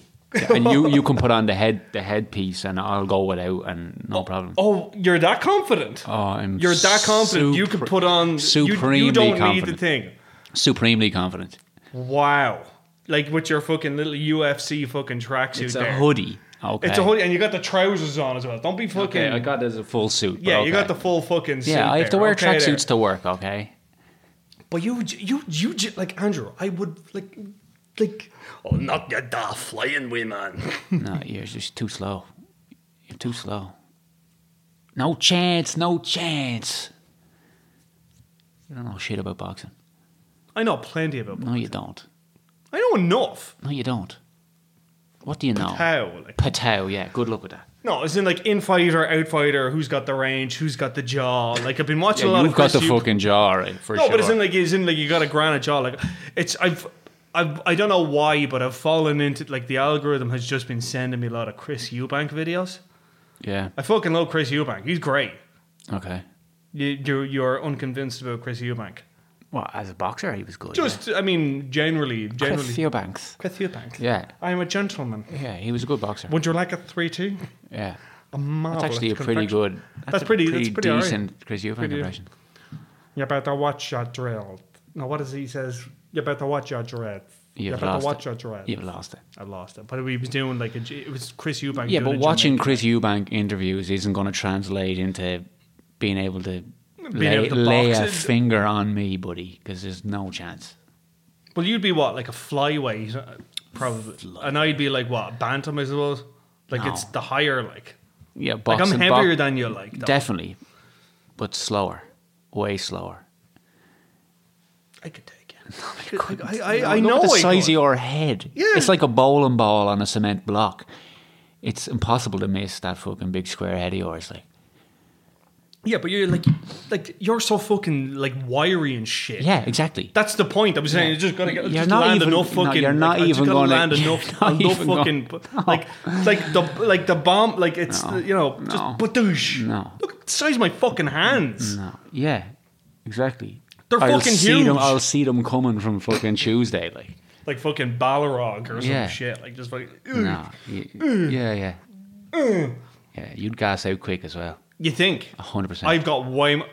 B: and you, you can put on the head the headpiece and I'll go without and no problem.
A: Oh, you're that confident.
B: Oh, I'm
A: You're that confident. you
B: supre-
A: can put on. You,
B: supremely
A: you don't need
B: confident.
A: the thing.
B: Supremely confident.
A: Wow. Like with your fucking little UFC fucking tracksuit
B: It's
A: there.
B: a hoodie. Okay.
A: It's a hoodie, and you got the trousers on as well. Don't be fucking.
B: Okay, I got it as a full suit. but
A: yeah, you
B: okay.
A: got the full fucking. Suit
B: Yeah, I have to
A: there.
B: wear
A: Okay there.
B: tracksuits to work. Okay.
A: But you, you, you, j- like Andrew, I would like, like. Oh, not your da flying women.
B: no, [LAUGHS] you're just too slow. You're too slow. No chance. No chance. You don't know shit about boxing.
A: I know plenty about.
B: No, you don't.
A: I know enough.
B: No, you don't. What do you know?
A: How? Like,
B: Patow, yeah. Good luck with that.
A: no, it's in like infighter, outfighter, who's got the range, who's got the jaw. Like I've been watching a lot
B: Yeah, you've
A: of
B: got the
A: Chris Euclid.
B: fucking jaw, right? For
A: No,
B: sure.
A: but it's in like it's in like you got a granite jaw. Like it's I've I've I don't know why, but I've fallen into like the algorithm has just been sending me a lot of Chris Eubank videos.
B: yeah.
A: I fucking love Chris Eubank. He's great.
B: Okay.
A: You you're, you're unconvinced about Chris Eubank.
D: Well, as a boxer, he was good.
A: Just I mean generally
B: yeah.
A: generally
B: Chris Eubanks.
A: Chris Eubank.
B: Yeah.
A: I am a gentleman.
B: Yeah, he was a good boxer.
A: Would you like a three two?
B: Yeah.
A: A marvelous
B: That's actually a pretty
A: confection.
B: good. That's,
A: That's
B: a
A: pretty-
B: pretty.
A: that's pretty alright.
B: decent Chris Eubank
A: Pretty-
B: impression.
A: You better watch your drill. Now what is he says? You better watch your dread. You
B: You've
A: better
B: lost
A: watch
B: it.
A: your dread.
B: You've lost it.
A: I lost it. But we was doing like a, G- it was Chris Eubank.
B: Yeah,
A: doing
B: but
A: a
B: watching
A: Jamaican-
B: Chris Eubank interviews isn't going to translate into being able to lay,
A: able to
B: lay
A: box
B: a
A: it.
B: finger on me, buddy, because there's no chance.
A: Well, you'd be what like a flyweight, uh, probably, and I'd be like what bantam, I suppose. Like
B: No.
A: it's the higher, like
B: Yeah,
A: like
B: boxing,
A: I'm heavier
B: bo-
A: than you, like though.
B: definitely, but slower, way slower.
A: I could take
B: [LAUGHS]
A: it. I, I, I, I know
B: Look at the
A: I
B: size of
A: could.
B: your head.
A: Yeah.
B: It's like a bowling ball on a cement block. It's impossible to miss that fucking big square head of yours. Like,
A: Yeah, but you're like like you're so fucking like wiry and shit.
B: yeah, exactly.
A: That's the point. I was saying, you just gotta get,
B: You're
A: just
B: not
A: land
B: even-
A: enough
B: no,
A: fucking.
B: you're not
A: like, I just
B: even
A: gotta
B: gonna- [LAUGHS]
A: land
B: you're
A: enough,
B: not
A: enough
B: even
A: fucking, like, like the, like the bomb, like it's,
B: No.
A: you know, just
B: No.
A: badoosh.
B: No. Mm.
A: Look at the size of my fucking hands.
B: No. Yeah, exactly.
A: They're fucking
B: see Them,
A: huge.
B: I'll see them coming from fucking Tuesday. Like,
A: Like fucking Balrog or some
B: Yeah.
A: shit. Like just like,
B: no. y-
A: Mm.
B: Yeah, yeah. Yeah, you'd gas out quick as well.
A: you think?
B: 100%.
A: I've got way more.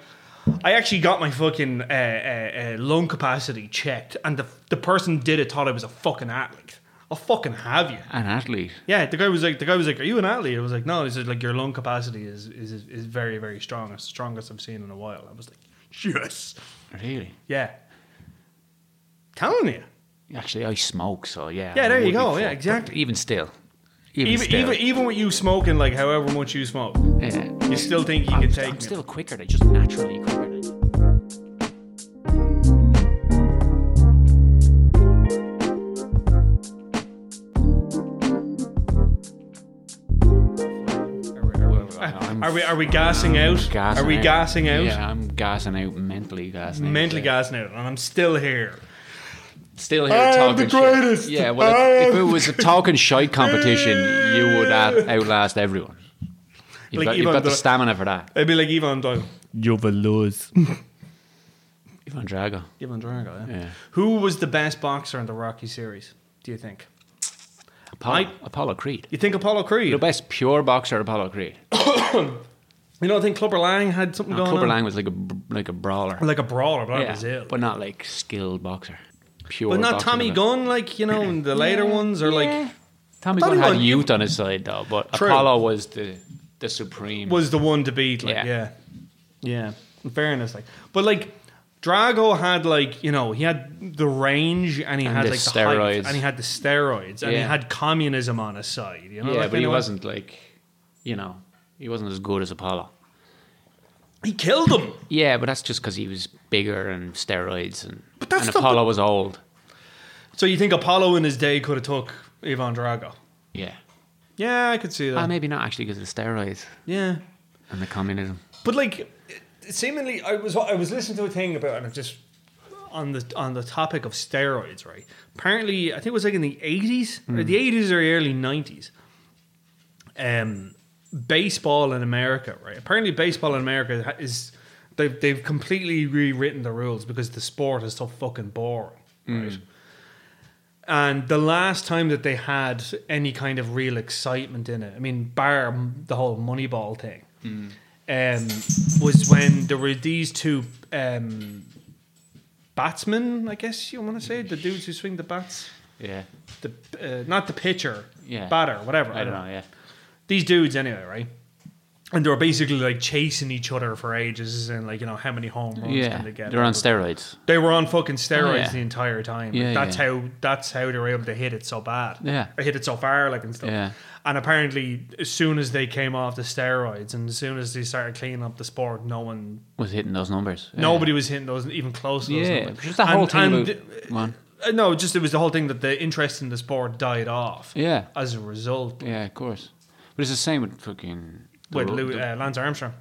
A: I actually got my fucking uh, uh, uh, lung capacity checked, and the, the person did it thought I was a fucking athlete. I'll fucking have you.
B: An athlete.
A: Yeah, the guy was like, the guy was like, "Are you an athlete?" I was like, "No." He said, "Like your lung capacity is is is very very strong. It's the strongest I've seen in a while." I was like, "Yes,
B: Really?
A: yeah." Telling you,
B: Actually, I smoke, so yeah.
A: Yeah,
B: I
A: there you
B: would be
A: go, yeah,
B: fucked,
A: exactly.
B: but Even still. Even,
A: even
B: still.
A: even even with you smoking like however much you smoke,
B: yeah.
A: you still think you
B: I'm,
A: can
B: I'm
A: take me.
B: still quicker. They just naturally quicker. Than
A: Are we are we gassing out?
B: gassing
A: are we
B: out.
A: gassing out?
B: Yeah, I'm gassing out mentally, gassing.
A: Mentally
B: out, yeah.
A: gassing out, and I'm still here.
B: Still here
A: I am
B: talking
A: the greatest.
B: shit. Yeah, well,
A: I
B: if,
A: am
B: if it was a talking
A: [LAUGHS]
B: shite competition, you would out- outlast everyone. You've
A: Like
B: got, you've
A: Ivan
B: got the
A: Dra-
B: stamina for that.
A: I'd be like Ivan Doyle. You're the lose.
B: Ivan Drago.
A: Ivan Drago. Yeah.
B: Yeah.
A: Who was the best boxer in the Rocky series? Do you think?
B: Apollo,
A: I-
B: Apollo Creed.
A: You think Apollo Creed?
B: The best pure boxer, Apollo Creed.
A: [COUGHS] You don't think Clubber Lang had something
B: Now,
A: going
B: Clubber
A: on?
B: Lang was like a br- like a brawler,
A: Like a brawler, but that was it.
B: but not like skilled boxer. Pure.
A: But not
B: boxer,
A: Tommy
B: but-
A: Gunn, like, you know, in the later ones, or like,
B: Tommy
A: Tommy
B: Gunn had
A: Gunn-
B: youth on his side though, but
A: True.
B: Apollo was the the supreme.
A: was the one to beat. Like, yeah.
B: Yeah.
A: yeah. In fairness, like, but like, Drago had like, you know, he had the range and he
B: And
A: had
B: the
A: like the height
B: steroids.
A: and he had the steroids and he
B: Yeah.
A: had communism on his side, you know?
B: yeah,
A: like,
B: but he
A: anyway.
B: wasn't like, you know, he wasn't as good as Apollo.
A: He killed him.
B: Yeah, but that's just because he was bigger and steroids, and,
A: But that's
B: and
A: not
B: Apollo was old.
A: So you think Apollo in his day could have took Ivan Drago?
B: Yeah,
A: Yeah, I could see that.
B: Ah, maybe not actually because of the steroids
A: yeah.
B: and the communism.
A: But like, it- seemingly, I was I was listening to a thing about, and I'm just on the on the topic of steroids, right? Apparently, I think it was like in the 80s or the 80s or early 90s. Um, baseball in America, right? Apparently, baseball in America ha- is they've they've completely rewritten the rules because the sport is so fucking boring, right? And the last time that they had any kind of real excitement in it, I mean, bar m- the whole Moneyball thing,
B: Mm.
A: um, was when there were these two um, batsmen, I guess you want to say, the dudes who swing the bats,
B: Yeah,
A: the uh, not the pitcher,
B: Yeah.
A: batter, whatever.
B: I don't know. Yeah,
A: These dudes, anyway, right? And they were basically like chasing each other for ages, and like you know how many home runs
B: yeah,
A: can they get?
B: they're on
A: Or-
B: steroids.
A: they were on fucking steroids
B: Oh, yeah.
A: the entire time. Like,
B: Yeah,
A: that's
B: yeah.
A: how that's how they were able to hit it so bad.
B: Yeah.
A: Or hit it so far, like and stuff.
B: Yeah.
A: And apparently as soon as they came off the steroids and as soon as they started cleaning up the sport, no one
B: Was hitting those numbers. Yeah.
A: nobody was hitting those even close to those
B: Yeah,
A: numbers.
B: just that whole
A: And-
B: thing
A: and
B: about- Come on.
A: uh, no, just it was the whole thing that the interest in the sport died off
E: Yeah.
A: as a result.
E: Yeah, of course.
B: But it's the same with fucking. the
A: With
B: Ru-
A: Lou,
B: the-
A: uh, Lance Armstrong,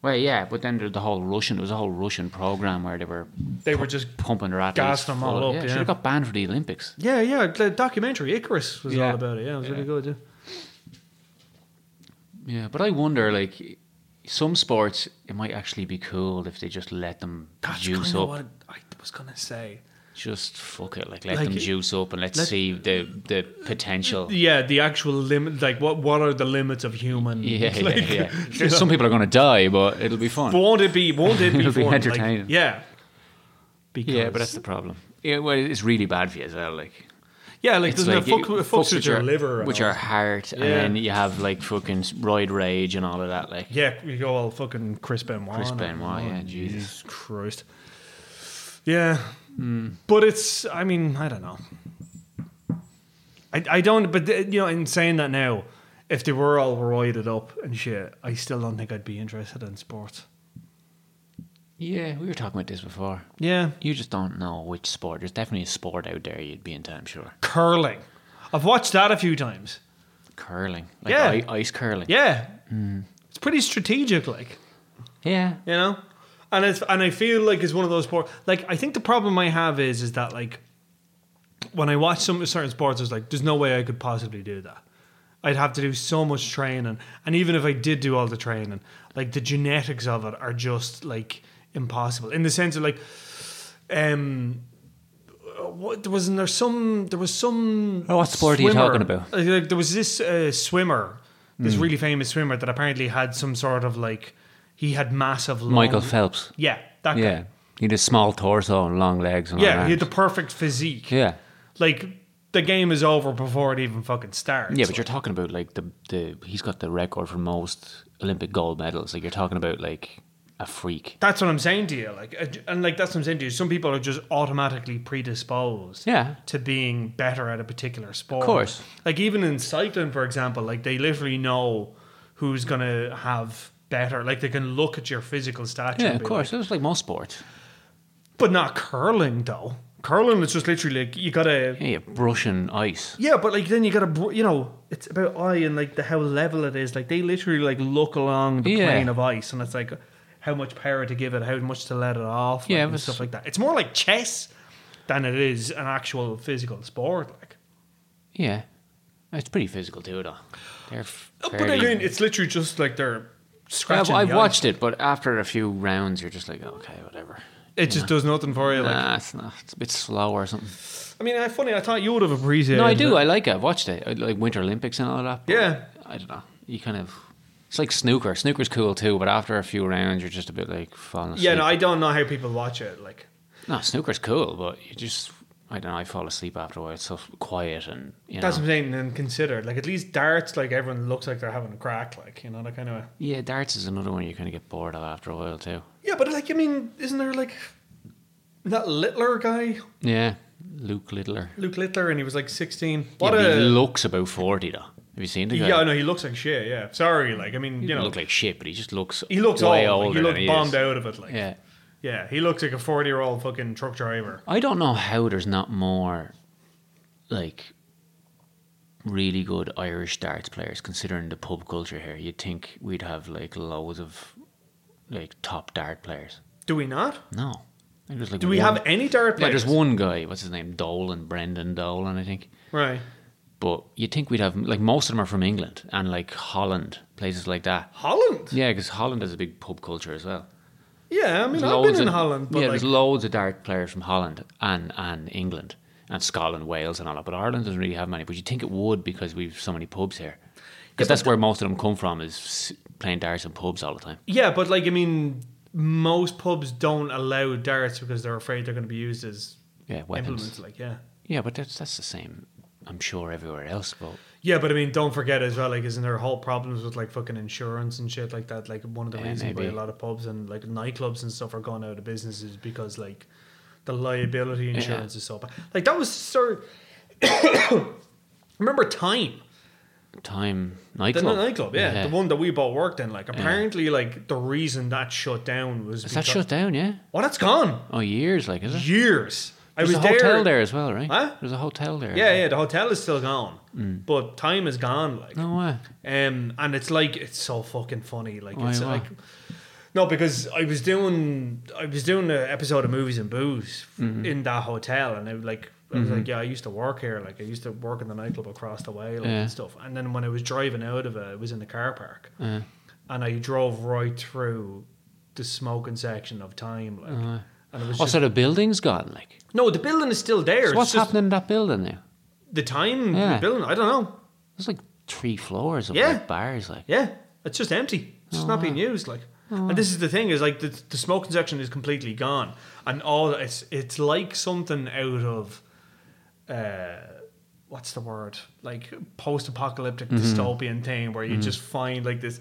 B: well, yeah, but then there's the whole Russian. There was a whole Russian program where they were
A: they were just
B: pumping their athletes.
A: Gassed them
B: full
A: all
B: of-
A: up,
B: Yeah,
A: yeah.
B: should have got banned for the Olympics.
A: yeah, yeah. The documentary Icarus was
E: Yeah.
A: all about it. Yeah, it was really good. Yeah.
B: Yeah, but I wonder, like, some sports it might actually be cool if they just let them
A: That's
B: juice
A: kind
B: up.
A: of what I was gonna say.
B: Just fuck it, like let
A: Like,
B: them juice up and let's
A: let-
B: see the the
A: [LAUGHS]
B: potential.
A: Yeah, the actual limit, like what what are the limits of human?
B: Yeah, yeah,
A: [LAUGHS] like,
B: yeah.
A: you
B: [LAUGHS] There's
A: know.
B: Some people are going to die, but it'll be fun.
A: But won't it be? Won't it be,
B: [LAUGHS] It'll be
A: fun? Like,
B: entertaining.
A: yeah. Because,
B: yeah, but that's the problem. Yeah, well, it's really bad for you as well. Like,
A: yeah, like
B: it's
A: doesn't
B: like
A: it fuck,
B: it
A: it fucks with your,
B: your-
A: liver, and
B: with
A: all
B: your
A: that.
B: heart, and
A: Yeah.
B: then you have like fucking roid rage and all of that. Like,
A: yeah, you go all fucking Chris Benoit.
B: Chris
A: and-
B: Benoit, yeah,
A: oh,
B: Jesus.
A: Christ. Yeah, but it's. I mean, I don't know. I I don't. But uh, you know, in saying that now, if they were all roided up and shit, I still don't think I'd be interested in sports.
B: yeah, we were talking about this before.
A: Yeah,
B: You just don't know which sport. There's definitely a sport out there you'd be into. I'm sure.
A: curling. I've watched that a few times.
B: Curling, like
A: Yeah.
B: i- ice curling.
A: Yeah. It's pretty strategic, like,
B: yeah.
A: you know? And it's and I feel like it's one of those sports like I think the problem I have is is that like when I watch some certain sports, it's like there's no way I could possibly do that. I'd have to do so much training. And even if I did do all the training, like the genetics of it are just like impossible. In the sense of like um what there was there some there was some
E: Oh, what sport are you
A: swimmer-
E: talking about?
A: Uh, like, there was this uh, swimmer this
E: Hmm.
A: really famous swimmer that apparently had some sort of like he had massive long,
E: Michael Phelps.
A: yeah that guy.
E: Yeah. He had a small torso and long legs and all
A: yeah
E: that.
A: he had the perfect physique
E: yeah.
A: like the game is over before it even fucking starts
B: Yeah, but you're talking about like the, the he's got the record for most Olympic gold medals. Like you're talking about like a freak.
A: that's what I'm saying to you like uh, and like that's what I'm saying to you some people are just automatically predisposed
E: Yeah.
A: to being better at a particular sport. Of
E: course.
A: Like even in cycling, for example, like they literally know who's gonna have better. Like they can look at your physical stature.
E: Yeah,
A: and
E: of
A: be
E: course. It was like most sports.
A: like- but not curling though. Curling is just literally like you gotta.
B: Yeah, brushing ice.
A: Yeah, but like then you gotta, br- you know, it's about eye and like the how level it is. Like they literally like look along the
E: Yeah.
A: plane of ice, and it's like how much power to give it, how much to let it off, like,
E: Yeah, it
A: and
E: was-
A: stuff like that. It's more like chess than it is an actual physical sport. Like,
B: Yeah, it's pretty physical too, though. They're f-
A: Oh, But
B: fairly-
A: I mean, it's literally just like they're
B: Yeah,
A: scratching.
B: but I've
A: the
B: watched it, but after a few rounds, you're just like, okay, whatever.
A: ice. It just does nothing for you. Like,
B: nah, it's not. It's a bit slow or something.
A: I mean, I funny. I thought you would have appreciated.
B: No, I do.
A: It.
B: I like it. I've watched it. I like Winter Olympics and all that. but
A: Yeah.
B: I don't know. You kind of. It's like snooker. Snooker's cool too, but after a few rounds, you're just a bit like falling asleep.
A: Yeah, no, I don't know how people watch it. Like,
B: No, snooker's cool, but you just I don't know. I fall asleep after a while. It's so quiet and you know.
A: that's what I'm saying. And considered, like, at least darts, like everyone looks like they're having a crack. Like, you know, that kind of.
B: yeah, darts is another one you kind of get bored of after a while too.
A: Yeah, but like, I mean, isn't there like that Littler guy,
B: Yeah, Luke Littler.
A: Luke Littler, and he was like 16.
B: Yeah,
A: What
B: but
A: a
B: he looks about forty though. Have you seen the guy?
A: yeah, I know he looks like shit. Yeah, sorry. Like, I mean,
B: he
A: you know,
B: look like shit, but he just looks.
A: he looks
B: way
A: old. Like,
B: older
A: he
B: than
A: looked
B: is.
A: bombed out of it. Like,
B: Yeah,
A: yeah, he looks like a 40 year old fucking truck driver.
B: I don't know how there's not more, like, really good Irish darts players. Considering the pub culture here, you'd think we'd have like loads of, like, top dart players.
A: Do we not?
B: No. I think there's like
A: Do we
B: one-
A: have any dart
B: Yeah,
A: players?
B: there's one guy. What's his name? Dolan, Brendan Dolan, I think.
A: Right.
B: But you'd think we'd have like most of them are from England and like Holland, places like that.
A: Holland?
B: Yeah, because Holland has a big pub culture as well.
A: Yeah, I mean,
B: There's
A: I've been
B: loads
A: in
B: of-
A: Holland, but
B: yeah,
A: like,
B: there's loads of dart players from Holland and and England and Scotland, Wales, and all that. But Ireland doesn't really have many. But you'd think it would because we've so many pubs here. Because that's where most of them come from is s- playing darts in pubs all the time.
A: yeah, but like, I mean, most pubs don't allow darts because they're afraid they're going to be used as
B: Yeah, weapons.
A: implements. Like, yeah.
B: Yeah, but that's that's the same. I'm sure everywhere else, but
A: Yeah, but I mean, don't forget as well. Like, isn't there whole problems with like fucking insurance and shit like that? Like, one of the
B: Yeah,
A: reasons why a
B: maybe.
A: lot of pubs and like nightclubs and stuff are going out of business is because like the liability insurance is so bad. Like, that was sort. [COUGHS] Remember time.
B: time
A: The
B: nightclub.
A: nightclub, yeah, the one that we both worked in. Like, apparently, like the reason that shut down was
B: Is that shut down? Yeah.
A: Oh, that's gone.
B: Oh, years like is it?
A: Years. I
B: There's
A: was
B: a hotel
A: there.
B: there as well, right?
A: Huh?
B: There's a hotel there.
A: Yeah, yeah. The hotel is still gone, but time is gone. Like,
B: Hmm. No way.
A: Um, and it's like it's so fucking funny. Like
B: Why,
A: it's
B: why?
A: like no, because I was doing I was doing an episode of movies and booze
B: Mm-hmm.
A: in that hotel, and I was like I was like yeah, I used to work here. Like I used to work in the nightclub across the way, like
B: Yeah.
A: and stuff. And then when I was driving out of it, it was in the car park,
B: Uh,
A: and I drove right through the smoking section of time. Like,
B: uh.
A: and it was
B: Oh,
A: just,
B: so the building's gone. Like,
A: no, the building is still there.
B: so
A: it's
B: what's
A: just
B: happening in that building now?
A: The time
B: Yeah.
A: building, I don't know.
B: There's like three floors of
A: Yeah.
B: like bars. Like,
A: Yeah, it's just empty. It's just not being
B: Oh.
A: used. Like, and this is the thing is like the, the smoking section is completely gone, and all it's it's like something out of, uh, what's the word? Like post-apocalyptic
B: Mm-hmm.
A: dystopian thing where you just find like this.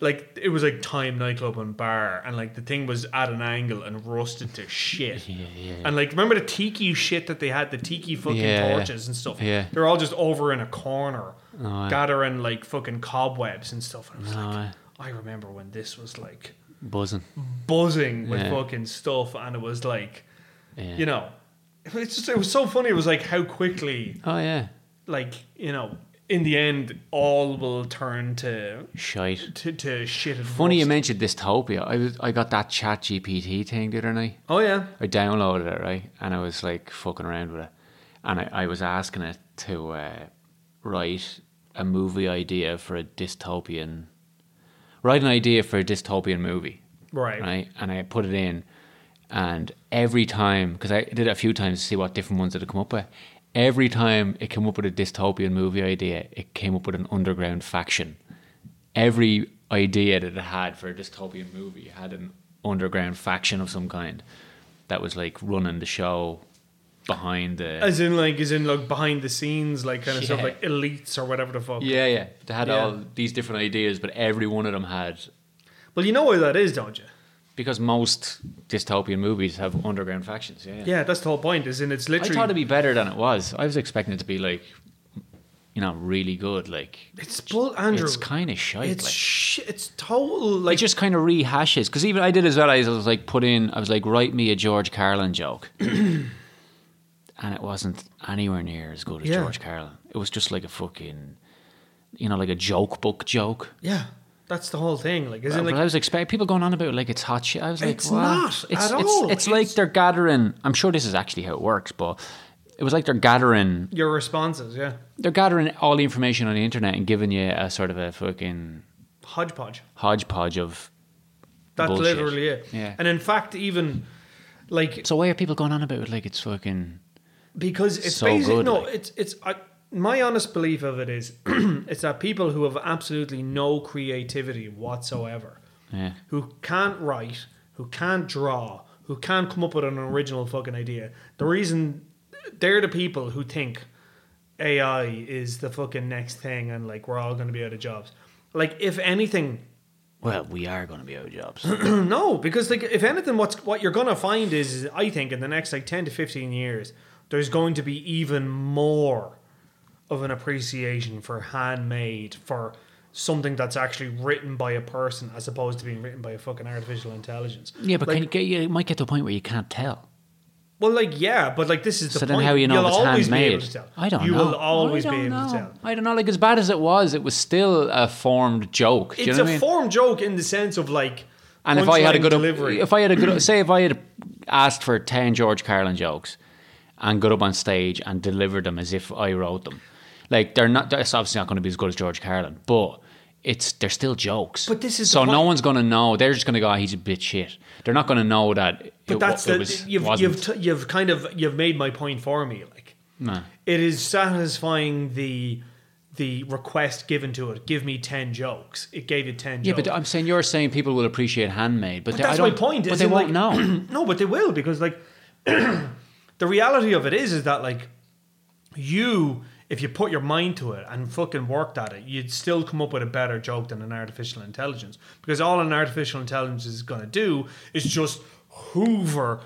A: Like it was like time nightclub and bar, and like the thing was at an angle and rusted
B: [LAUGHS]
A: to shit. And like remember the tiki shit that they had, the tiki fucking
B: Yeah, yeah.
A: torches and stuff.
B: Yeah.
A: they're all just over in a corner,
B: Oh, yeah.
A: gathering like fucking cobwebs and stuff. And I was
B: No
A: like,
B: way.
A: I remember when this was like
B: buzzing.
A: buzzing with
B: Yeah.
A: fucking stuff, and it was like,
B: Yeah.
A: you know, it's just it was so funny. It was like how quickly,
B: Oh yeah.
A: like you know, in the end, all will turn to
B: Shite.
A: to, to shit. And
B: Funny you
A: rust.
B: mentioned dystopia. I was I got that chat GPT thing the other night.
A: Oh yeah,
B: I downloaded it, right? And I was like fucking around with it. And I, I was asking it to uh, write a movie idea for a dystopian write an idea for a dystopian movie.
A: right.
B: Right. And I put it in and every time because I did it a few times to see what different ones it had come up with. Every time it came up with a dystopian movie idea, it came up with an underground faction. Every idea that it had for a dystopian movie had an underground faction of some kind that was like running the show behind the.
A: As in like, as in like behind the scenes, like kind of stuff
B: Yeah.
A: like elites or whatever the fuck.
B: yeah, yeah. They had
A: Yeah.
B: all these different ideas, but every one of them had.
A: Well, you know where that is, don't you?
B: Because most dystopian movies have underground factions, yeah.
A: Yeah, that's the whole point. Is in it's
B: I
A: literally
B: thought it'd be better than it was. I was expecting it to be like, you know, really good. Like
A: it's bull Andrew.
B: it's kind of shite.
A: It's
B: like.
A: sh- it's total
B: it
A: like
B: just kind of rehashes. Because even I did as well. I was like, put in. I was like, write me a George Carlin
A: [CLEARS THROAT]
B: joke, and it wasn't anywhere near as good as
A: Yeah.
B: George Carlin. It was just like a fucking, you know, like a joke book joke.
A: yeah. That's the whole thing. Like, is
B: But
A: in like
B: I was expecting people going on about like it's hot shit. I was like,
A: It's
B: what?
A: not
B: it's,
A: at
B: it's,
A: all.
B: It's, like they're gathering. I'm sure this is actually how it works, but it was like they're gathering
A: your responses, yeah,
B: they're gathering all the information on the internet and giving you a sort of a fucking
A: hodgepodge.
B: hodgepodge of.
A: That's
B: Bullshit.
A: literally it.
B: Yeah.
A: And in fact, even like
B: So why are people going on about it like it's fucking?
A: because it's
B: So
A: basically
B: good,
A: no,
B: like.
A: it's it's I, my honest belief of it is [CLEARS THROAT] it's that people who have absolutely no creativity whatsoever,
B: Yeah.
A: who can't write, who can't draw, who can't come up with an original fucking idea. The reason they're the people who think AI is the fucking next thing and like we're all going to be out of jobs. Like if anything,
B: Well, we are going to be out of jobs.
A: no, because like if anything, what's what you're gonna find is, is I think in the next like ten to fifteen years, there's going to be even more of an appreciation for handmade for something that's actually written by a person as opposed to being written by a fucking artificial intelligence.
B: [CLEARS THROAT] yeah, but
A: Like,
B: can you get? You might get to a point where you can't tell.
A: well, like yeah, but like this is the
B: So
A: point.
B: then, how you know
A: will
B: if it's
A: always be
B: handmade?
A: able to tell.
B: I don't
A: you
B: know.
A: will always
B: I
A: be
B: don't
A: able
B: know.
A: to tell.
B: I don't know. Like as bad as it was, it was still a formed joke. Do you
A: It's
B: know
A: a
B: what I mean?
A: form joke in the sense of like.
B: And if I had a
A: punchline
B: good,
A: delivery,
B: if I had a good, say if I had asked for ten George Carlin jokes, and got up on stage and delivered them as if I wrote them, like they're not. That's obviously not going to be as good as George Carlin, but it's they're still jokes.
A: But this is
B: so
A: the
B: no
A: point.
B: one's going to know. They're just going to go, "Ah, he's a bit shit. They're not going to know that.
A: But
B: it,
A: that's
B: wa-
A: the
B: it was,
A: you've
B: wasn't.
A: you've t- you've kind of you've made my point for me. Like
B: Nah.
A: it is satisfying the the request given to it. Give me ten jokes. It gave you ten.
B: Yeah,
A: jokes.
B: but I'm saying you're saying people will appreciate handmade, but,
A: But
B: they-
A: that's
B: I
A: my
B: don't-
A: point.
B: But
A: is
B: they
A: in,
B: won't
A: like- [CLEARS THROAT]
B: know.
A: no, but they will because like [CLEARS THROAT] the reality of it is is that like you if you put your mind to it and fucking worked at it, you'd still come up with a better joke than an artificial intelligence because all an artificial intelligence is going to do is just hoover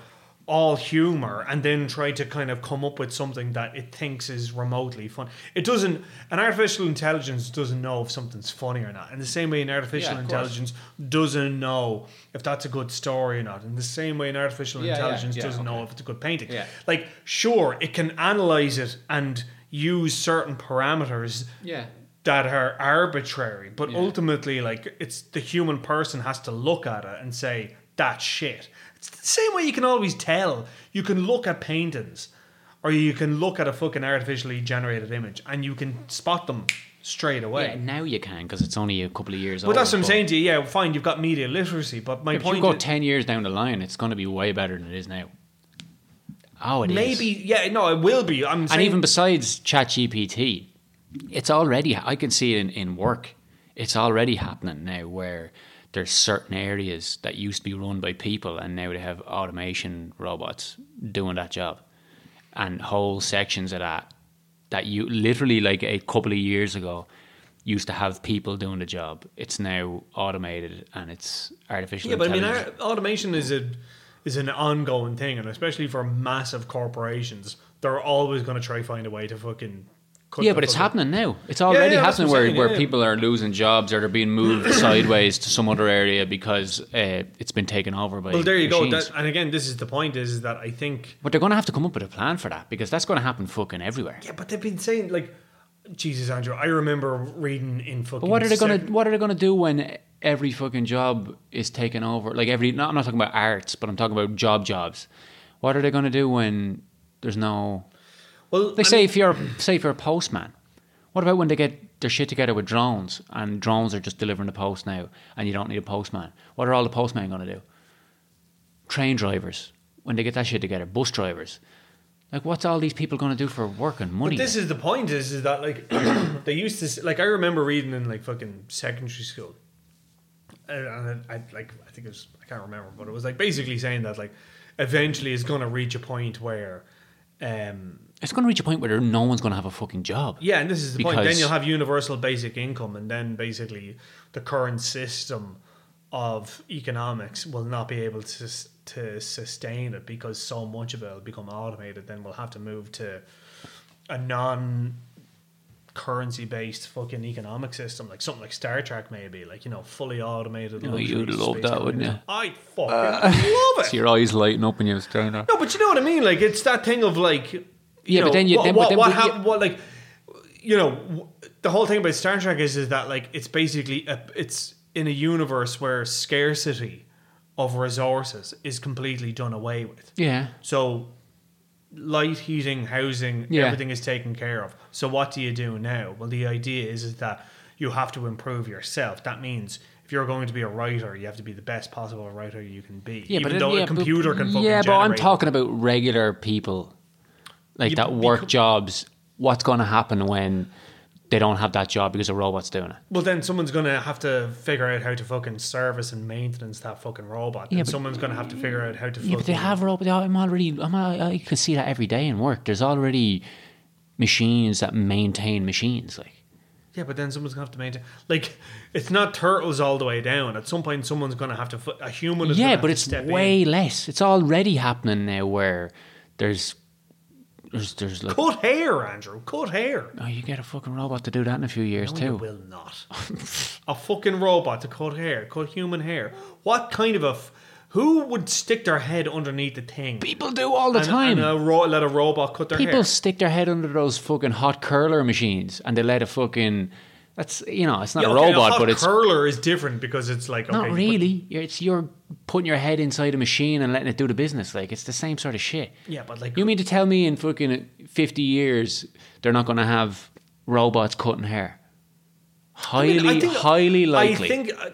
A: all humor and then try to kind of come up with something that it thinks is remotely fun. It doesn't. An artificial intelligence doesn't know if something's funny or not. In the same way, an artificial
B: Yeah, of course.
A: intelligence doesn't know if that's a good story or not. In the same way, an artificial
B: Yeah, yeah,
A: intelligence
B: yeah,
A: doesn't know
B: okay.
A: if it's a good painting.
B: Yeah.
A: Like, sure, it can analyze it and use certain parameters
B: Yeah.
A: that are arbitrary, but
B: Yeah.
A: ultimately, like it's the human person has to look at it and say that's shit. It's the same way you can always tell. You can look at paintings, or you can look at a fucking artificially generated image, and you can spot them straight away.
B: Yeah, now you can because it's only a couple of years
A: Oh, But
B: old.
A: that's what I'm saying to you. Yeah, fine, you've got media literacy, but my
B: If
A: point
B: you go
A: is-
B: ten years down the line, it's going to be way better than it is now. Oh, it is.
A: maybe yeah, no, it will be. I'm
B: And
A: saying
B: even besides ChatGPT, it's already, I can see it in, in work, it's already happening now where there's certain areas that used to be run by people and now they have automation robots doing that job. And whole sections of that, that you literally like a couple of years ago used to have people doing the job. It's now automated and it's artificial
A: yeah, but I mean,
B: intelligence.
A: our, automation is a is an ongoing thing, and especially for massive corporations, they're always going to try find a way to fucking. Cut
B: yeah,
A: the
B: but it's
A: fucking-
B: happening now. It's already
A: yeah, that's
B: happening
A: what I'm
B: where,
A: saying,
B: where
A: yeah.
B: people are losing jobs or they're being
A: [COUGHS]
B: moved sideways to some other area because uh, it's been taken over by.
A: Well, there you go.
B: machines.
A: That, and again, this is the point: is, is that I think.
B: but they're going to have to come up with a plan for that because that's going to happen fucking everywhere.
A: Yeah, but they've been saying like, Jesus, Andrew. I remember reading in fucking.
B: But what are they going
A: sec-
B: to What are they going to do when every fucking job is taken over? Like every. No, I'm not talking about arts, but I'm talking about job jobs. What are they going to do when there's no?
A: Well,
B: Like
A: I
B: say
A: mean,
B: if you're say if you're a postman, what about when they get their shit together with drones and drones are just delivering the post now and you don't need a postman? What are all the postmen going to do? Train drivers when they get that shit together, bus drivers. Like what's all these people going to do for work and money?
A: But this is the point: is, is that like [CLEARS THROAT] they used to s- like I remember reading in like fucking secondary school, and and I, I like I think it was I can't remember, but it was like basically saying that like eventually it's going to reach a point where. um
B: it's going to reach a point where no one's going to have a fucking job.
A: Yeah, and this is the point. Then
B: Because-
A: you'll have universal basic income, and then basically the current system of economics will not be able to sus- to sustain it because so much of it will become automated. Then we'll have to move to a non currency based fucking economic system, like something like Star Trek, maybe, like you know, fully automated.
B: Oh, you'd
A: luxury
B: love
A: space
B: that, wouldn't
A: capitalism.
B: you?
A: I
B: [LAUGHS]
A: fucking love it.
B: So your eyes lighting up when you was down there.
A: No, but you know what I mean. Like it's that thing of like, you
B: Yeah,
A: know,
B: but then you-
A: what,
B: then- but
A: what,
B: then
A: what
B: we-
A: hap- what, like, you know, w- the whole thing about Star Trek is is that like it's basically a, it's in a universe where scarcity of resources is completely done away with.
B: Yeah.
A: So, light, heating, housing,
B: Yeah.
A: everything is taken care of. So, what do you do now? Well, the idea is, is that you have to improve yourself. That means if you're going to be a writer, you have to be the best possible writer you can be.
B: Yeah,
A: Even
B: but it-
A: though
B: yeah,
A: a
B: but-
A: computer can fucking
B: Yeah, but I'm
A: generate it.
B: talking about regular people, like
A: You-
B: that work
A: becau-
B: jobs. What's going to happen when they don't have that job because a robot's doing it?
A: Well, then someone's gonna have to figure out how to fucking service and maintenance that fucking robot.
B: Yeah,
A: and
B: but-
A: someone's gonna have to figure out how to.
B: Yeah, but they
A: fucking-
B: have robots. I'm already. I'm. al- I can see that every day in work. There's already machines that maintain machines. Like
A: Yeah, but then someone's gonna have to maintain. Like, it's not turtles all the way down. At some point, someone's gonna have to. fu- A human. Is gonna
B: yeah,
A: have
B: but
A: to
B: it's
A: step
B: way
A: In.
B: less. It's already happening now where there's there's there's like
A: Cut hair, Andrew. Cut hair.
B: oh you get a fucking robot to do that in a few years
A: No,
B: too.
A: you will
B: [LAUGHS]
A: not. a fucking robot to cut hair, cut human hair. What kind of a? F- who would stick their head underneath the thing?
B: People do all the
A: and,
B: time.
A: And a ro- let a robot cut their
B: People
A: hair.
B: stick their head under those fucking hot curler machines and they let a fucking that's you know it's not
A: Yeah,
B: a
A: okay,
B: robot,
A: hot
B: but it's
A: curler is different because it's like okay,
B: not
A: you put-
B: really. You're, it's you're putting your head inside a machine and letting it do the business. Like it's the same sort of shit.
A: Yeah, but like
B: You mean to tell me in fucking fifty years they're not going to have robots cutting hair?
A: I
B: Highly,
A: mean, I think-
B: highly likely.
A: I think uh,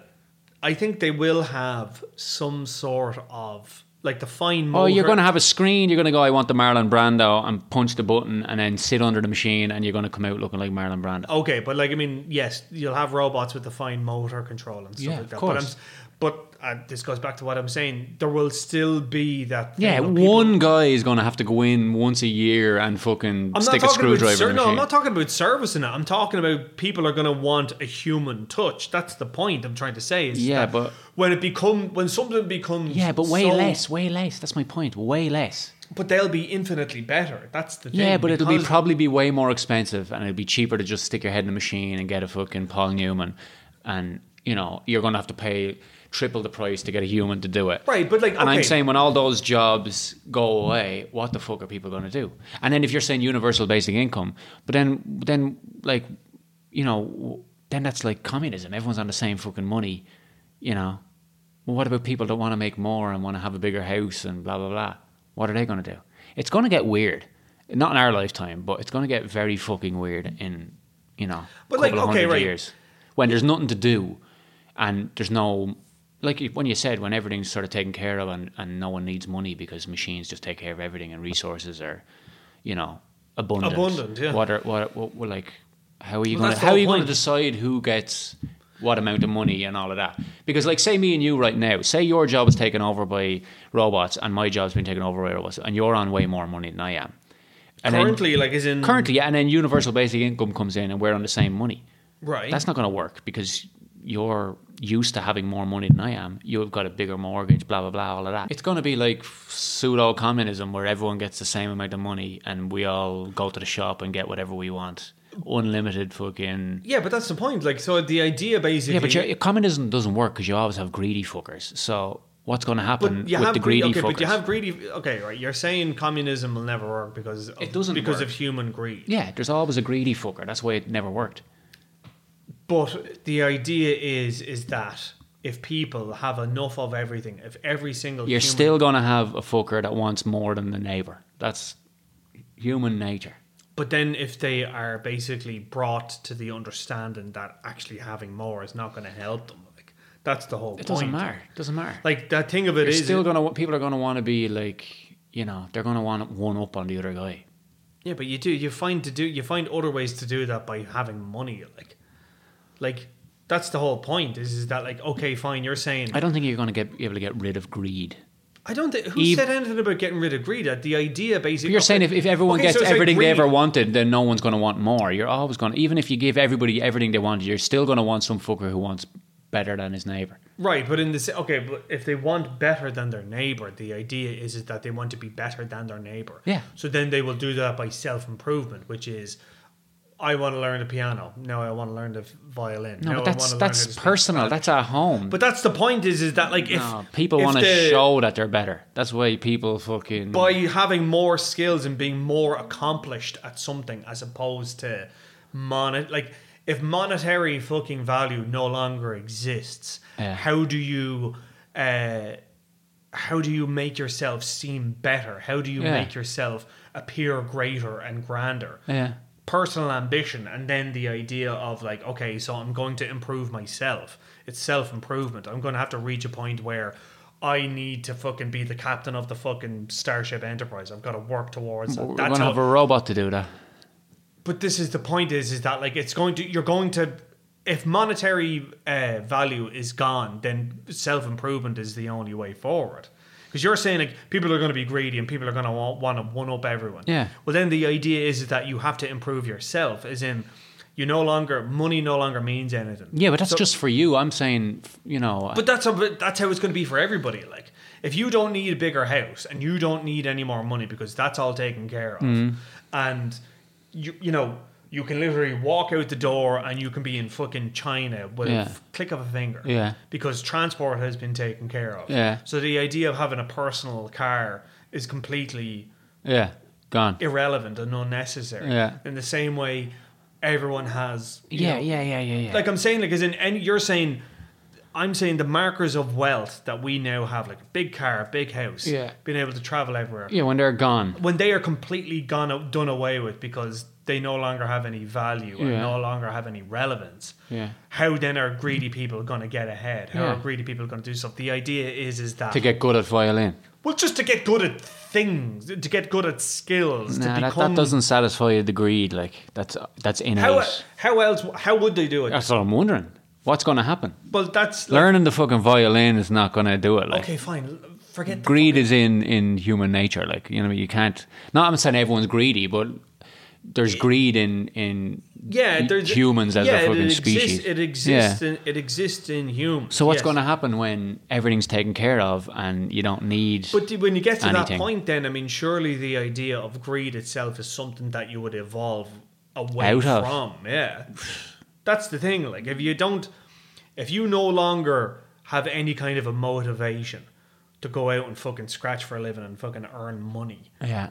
A: I think they will have some sort of like the fine.
B: Oh,
A: Motor,
B: you're going to have a screen. You're going to go, I want the Marlon Brando, and punch the button, and then sit under the machine, and you're going to come out looking like Marlon Brando.
A: okay, but like I mean, yes, you'll have robots with the fine motor control and stuff
B: Yeah,
A: like
B: of
A: that. But, I'm,
B: course.
A: s- But uh, this goes back to what I'm saying. There will still be that. thing
B: Yeah,
A: of people-
B: one guy is going to have to go in once a year and fucking
A: I'm
B: stick a
A: not talking
B: screwdriver
A: about ser-
B: in the
A: no,
B: machine.
A: I'm not talking about servicing it. I'm talking about people are going to want a human touch. That's the point I'm trying to say. Is
B: Yeah,
A: that
B: but-
A: when it become when something becomes
B: yeah, but way
A: so-
B: less, way less. That's my point. Way less.
A: But they'll be infinitely better. That's the thing.
B: Yeah, but it'll be
A: because-
B: probably be way more expensive, and it'll be cheaper to just stick your head in a machine and get a fucking Paul Newman, and you know you're going to have to pay triple the price to get a human to do it.
A: Right, but, like,
B: and I'm
A: okay.
B: saying when all those jobs go away, what the fuck are people going to do? And then if you're saying universal basic income, but then then like, you know, w- then that's like communism. Everyone's on the same fucking money, you know. Well, what about people that want to make more and want to have a bigger house and blah blah blah? What are they going to do? It's going to get weird. Not in our lifetime, but it's going to get very fucking weird in you know,
A: But,
B: but
A: like,
B: couple of
A: okay,
B: hundred
A: right.
B: years when there's nothing to do and there's no like you- when you said when everything's sort of taken care of and, and no one needs money because machines just take care of everything and resources are you know abundant
A: Abundant, yeah.
B: what are what, what, what like how are you
A: Well,
B: gonna
A: that's the
B: how are
A: whole
B: you gonna
A: point.
B: decide who gets what amount of money and all of that because like say me and you right now say your job is taken over by robots and my job's been taken over by robots and you're on way more money than I am and then-
A: currently mm. like is in
B: currently yeah, and then universal basic income comes in and we're on the same money
A: right.
B: that's not going to work because you're used to having more money than I am. You've got a bigger mortgage, blah, blah, blah, all of that. It's going to be like pseudo communism where everyone gets the same amount of money and we all go to the shop and get whatever we want. Unlimited fucking.
A: yeah, but that's the point. Like, so the idea basically.
B: Yeah, but your, your communism doesn't work because you always have greedy fuckers. So what's going to happen
A: But you
B: with
A: have
B: the
A: greedy,
B: greedy
A: okay,
B: fuckers?
A: but you have greedy. Okay, right. You're saying communism will never work because of,
B: It doesn't
A: because
B: work.
A: of human greed.
B: yeah, there's always a greedy fucker. That's why it never worked.
A: But the idea is is that if people have enough of everything, if every single
B: You're
A: human,
B: still going to have a fucker that wants more than the neighbor. That's human nature.
A: but then if they are basically brought to the understanding that actually having more is not going to help them, like that's the whole
B: It
A: point.
B: doesn't matter. It doesn't matter.
A: Like that thing of it
B: You're
A: is
B: still gonna people are gonna want to be like you know they're gonna want one up on the other guy.
A: Yeah, but you do. You find to do. You find other ways to do that by having money. Like, like that's the whole point. Is is that like okay, fine. You're saying
B: I don't think you're gonna get be able to get rid of greed.
A: I don't think who
B: Ev-
A: said anything about getting rid of greed. That the idea basically.
B: You're saying if, if everyone
A: Okay,
B: gets
A: so it's like
B: everything they
A: greed.
B: ever wanted, then no one's gonna want more. You're always gonna even if you give everybody everything they wanted, you're still gonna want some fucker who wants better than his neighbor.
A: right, but in this okay, but if they want better than their neighbor, the idea is is that they want to be better than their neighbor.
B: Yeah.
A: So then they will do that by self improvement, which is. I want to learn the piano. Now I want to learn the violin.
B: No,
A: now
B: but
A: I want
B: that's
A: to learn how to
B: that's
A: speak
B: personal.
A: Spanish.
B: That's at home.
A: But that's the point. Is is that like if
B: no, people
A: if
B: want to
A: the-
B: show that they're better. That's why people fucking
A: by having more skills and being more accomplished at something as opposed to monet like if monetary fucking value no longer exists
B: Yeah.
A: how do you uh how do you make yourself seem better how do you
B: Yeah.
A: make yourself appear greater and grander
B: yeah.
A: personal ambition and then the idea of like okay so i'm going to improve myself it's self-improvement i'm going to have to reach a point where i need to fucking be the captain of the fucking starship enterprise i've got to work towards that
B: We're
A: that's
B: gonna
A: how,
B: have a robot to do that.
A: but this is the point is is that like it's going to you're going to if monetary uh, value is gone then self-improvement is the only way forward because you're saying like people are going to be greedy and people are going to want to one up everyone
B: Yeah.
A: well then the idea is that you have to improve yourself as in you no longer money no longer means anything
B: Yeah, but that's
A: So-
B: just for you. I'm saying, f- you know,
A: but that's a, that's how it's going to be for everybody. Like, if you don't need a bigger house and you don't need any more money because that's all taken care of,
B: Mm-hmm.
A: and you you know you can literally walk out the door and you can be in fucking China with a
B: Yeah.
A: f- click of a finger.
B: Yeah.
A: because transport has been taken care of.
B: Yeah.
A: So the idea of having a personal car is completely
B: yeah, gone.
A: irrelevant and unnecessary.
B: Yeah.
A: In the same way, everyone has. you
B: Yeah,
A: know,
B: yeah, yeah, yeah, yeah.
A: like I'm saying, like as in, any, you're saying, I'm saying the markers of wealth that we now have, like a big car, a big house,
B: Yeah.
A: being able to travel everywhere,
B: yeah, when they're gone.
A: when they are completely gone, out- done away with because they no longer have any value and
B: Yeah.
A: no longer have any relevance.
B: Yeah.
A: How then are greedy people going to get ahead? How are
B: Yeah.
A: greedy people going to do stuff? The idea is, is that
B: To get good at violin.
A: well, just to get good at things, to get good at skills,
B: Nah,
A: to
B: that,
A: become
B: that doesn't satisfy the greed. Like that's that's innate.
A: How, how else? How would they do it?
B: that's what I'm wondering. What's going to happen?
A: Well, that's like,
B: Learning the fucking violin is not going to do it. Like
A: okay, fine. Forget the
B: greed is in in human nature. Like you know, you can't. Not I'm saying everyone's greedy, but there's greed in in
A: yeah, there's e-,
B: humans as
A: yeah,
B: a
A: it
B: fucking
A: exists-
B: species.
A: It exists. In, it exists in humans.
B: So what's
A: yes.
B: going to happen when everything's taken care of and you don't need?
A: But th- when you get to that
B: Anything.
A: point, then I mean, surely the idea of greed itself is something that you would evolve away
B: Out of.
A: from. Yeah, that's the thing. Like, if you don't, if you no longer have any kind of a motivation to go out and fucking scratch for a living and fucking earn money,
B: yeah,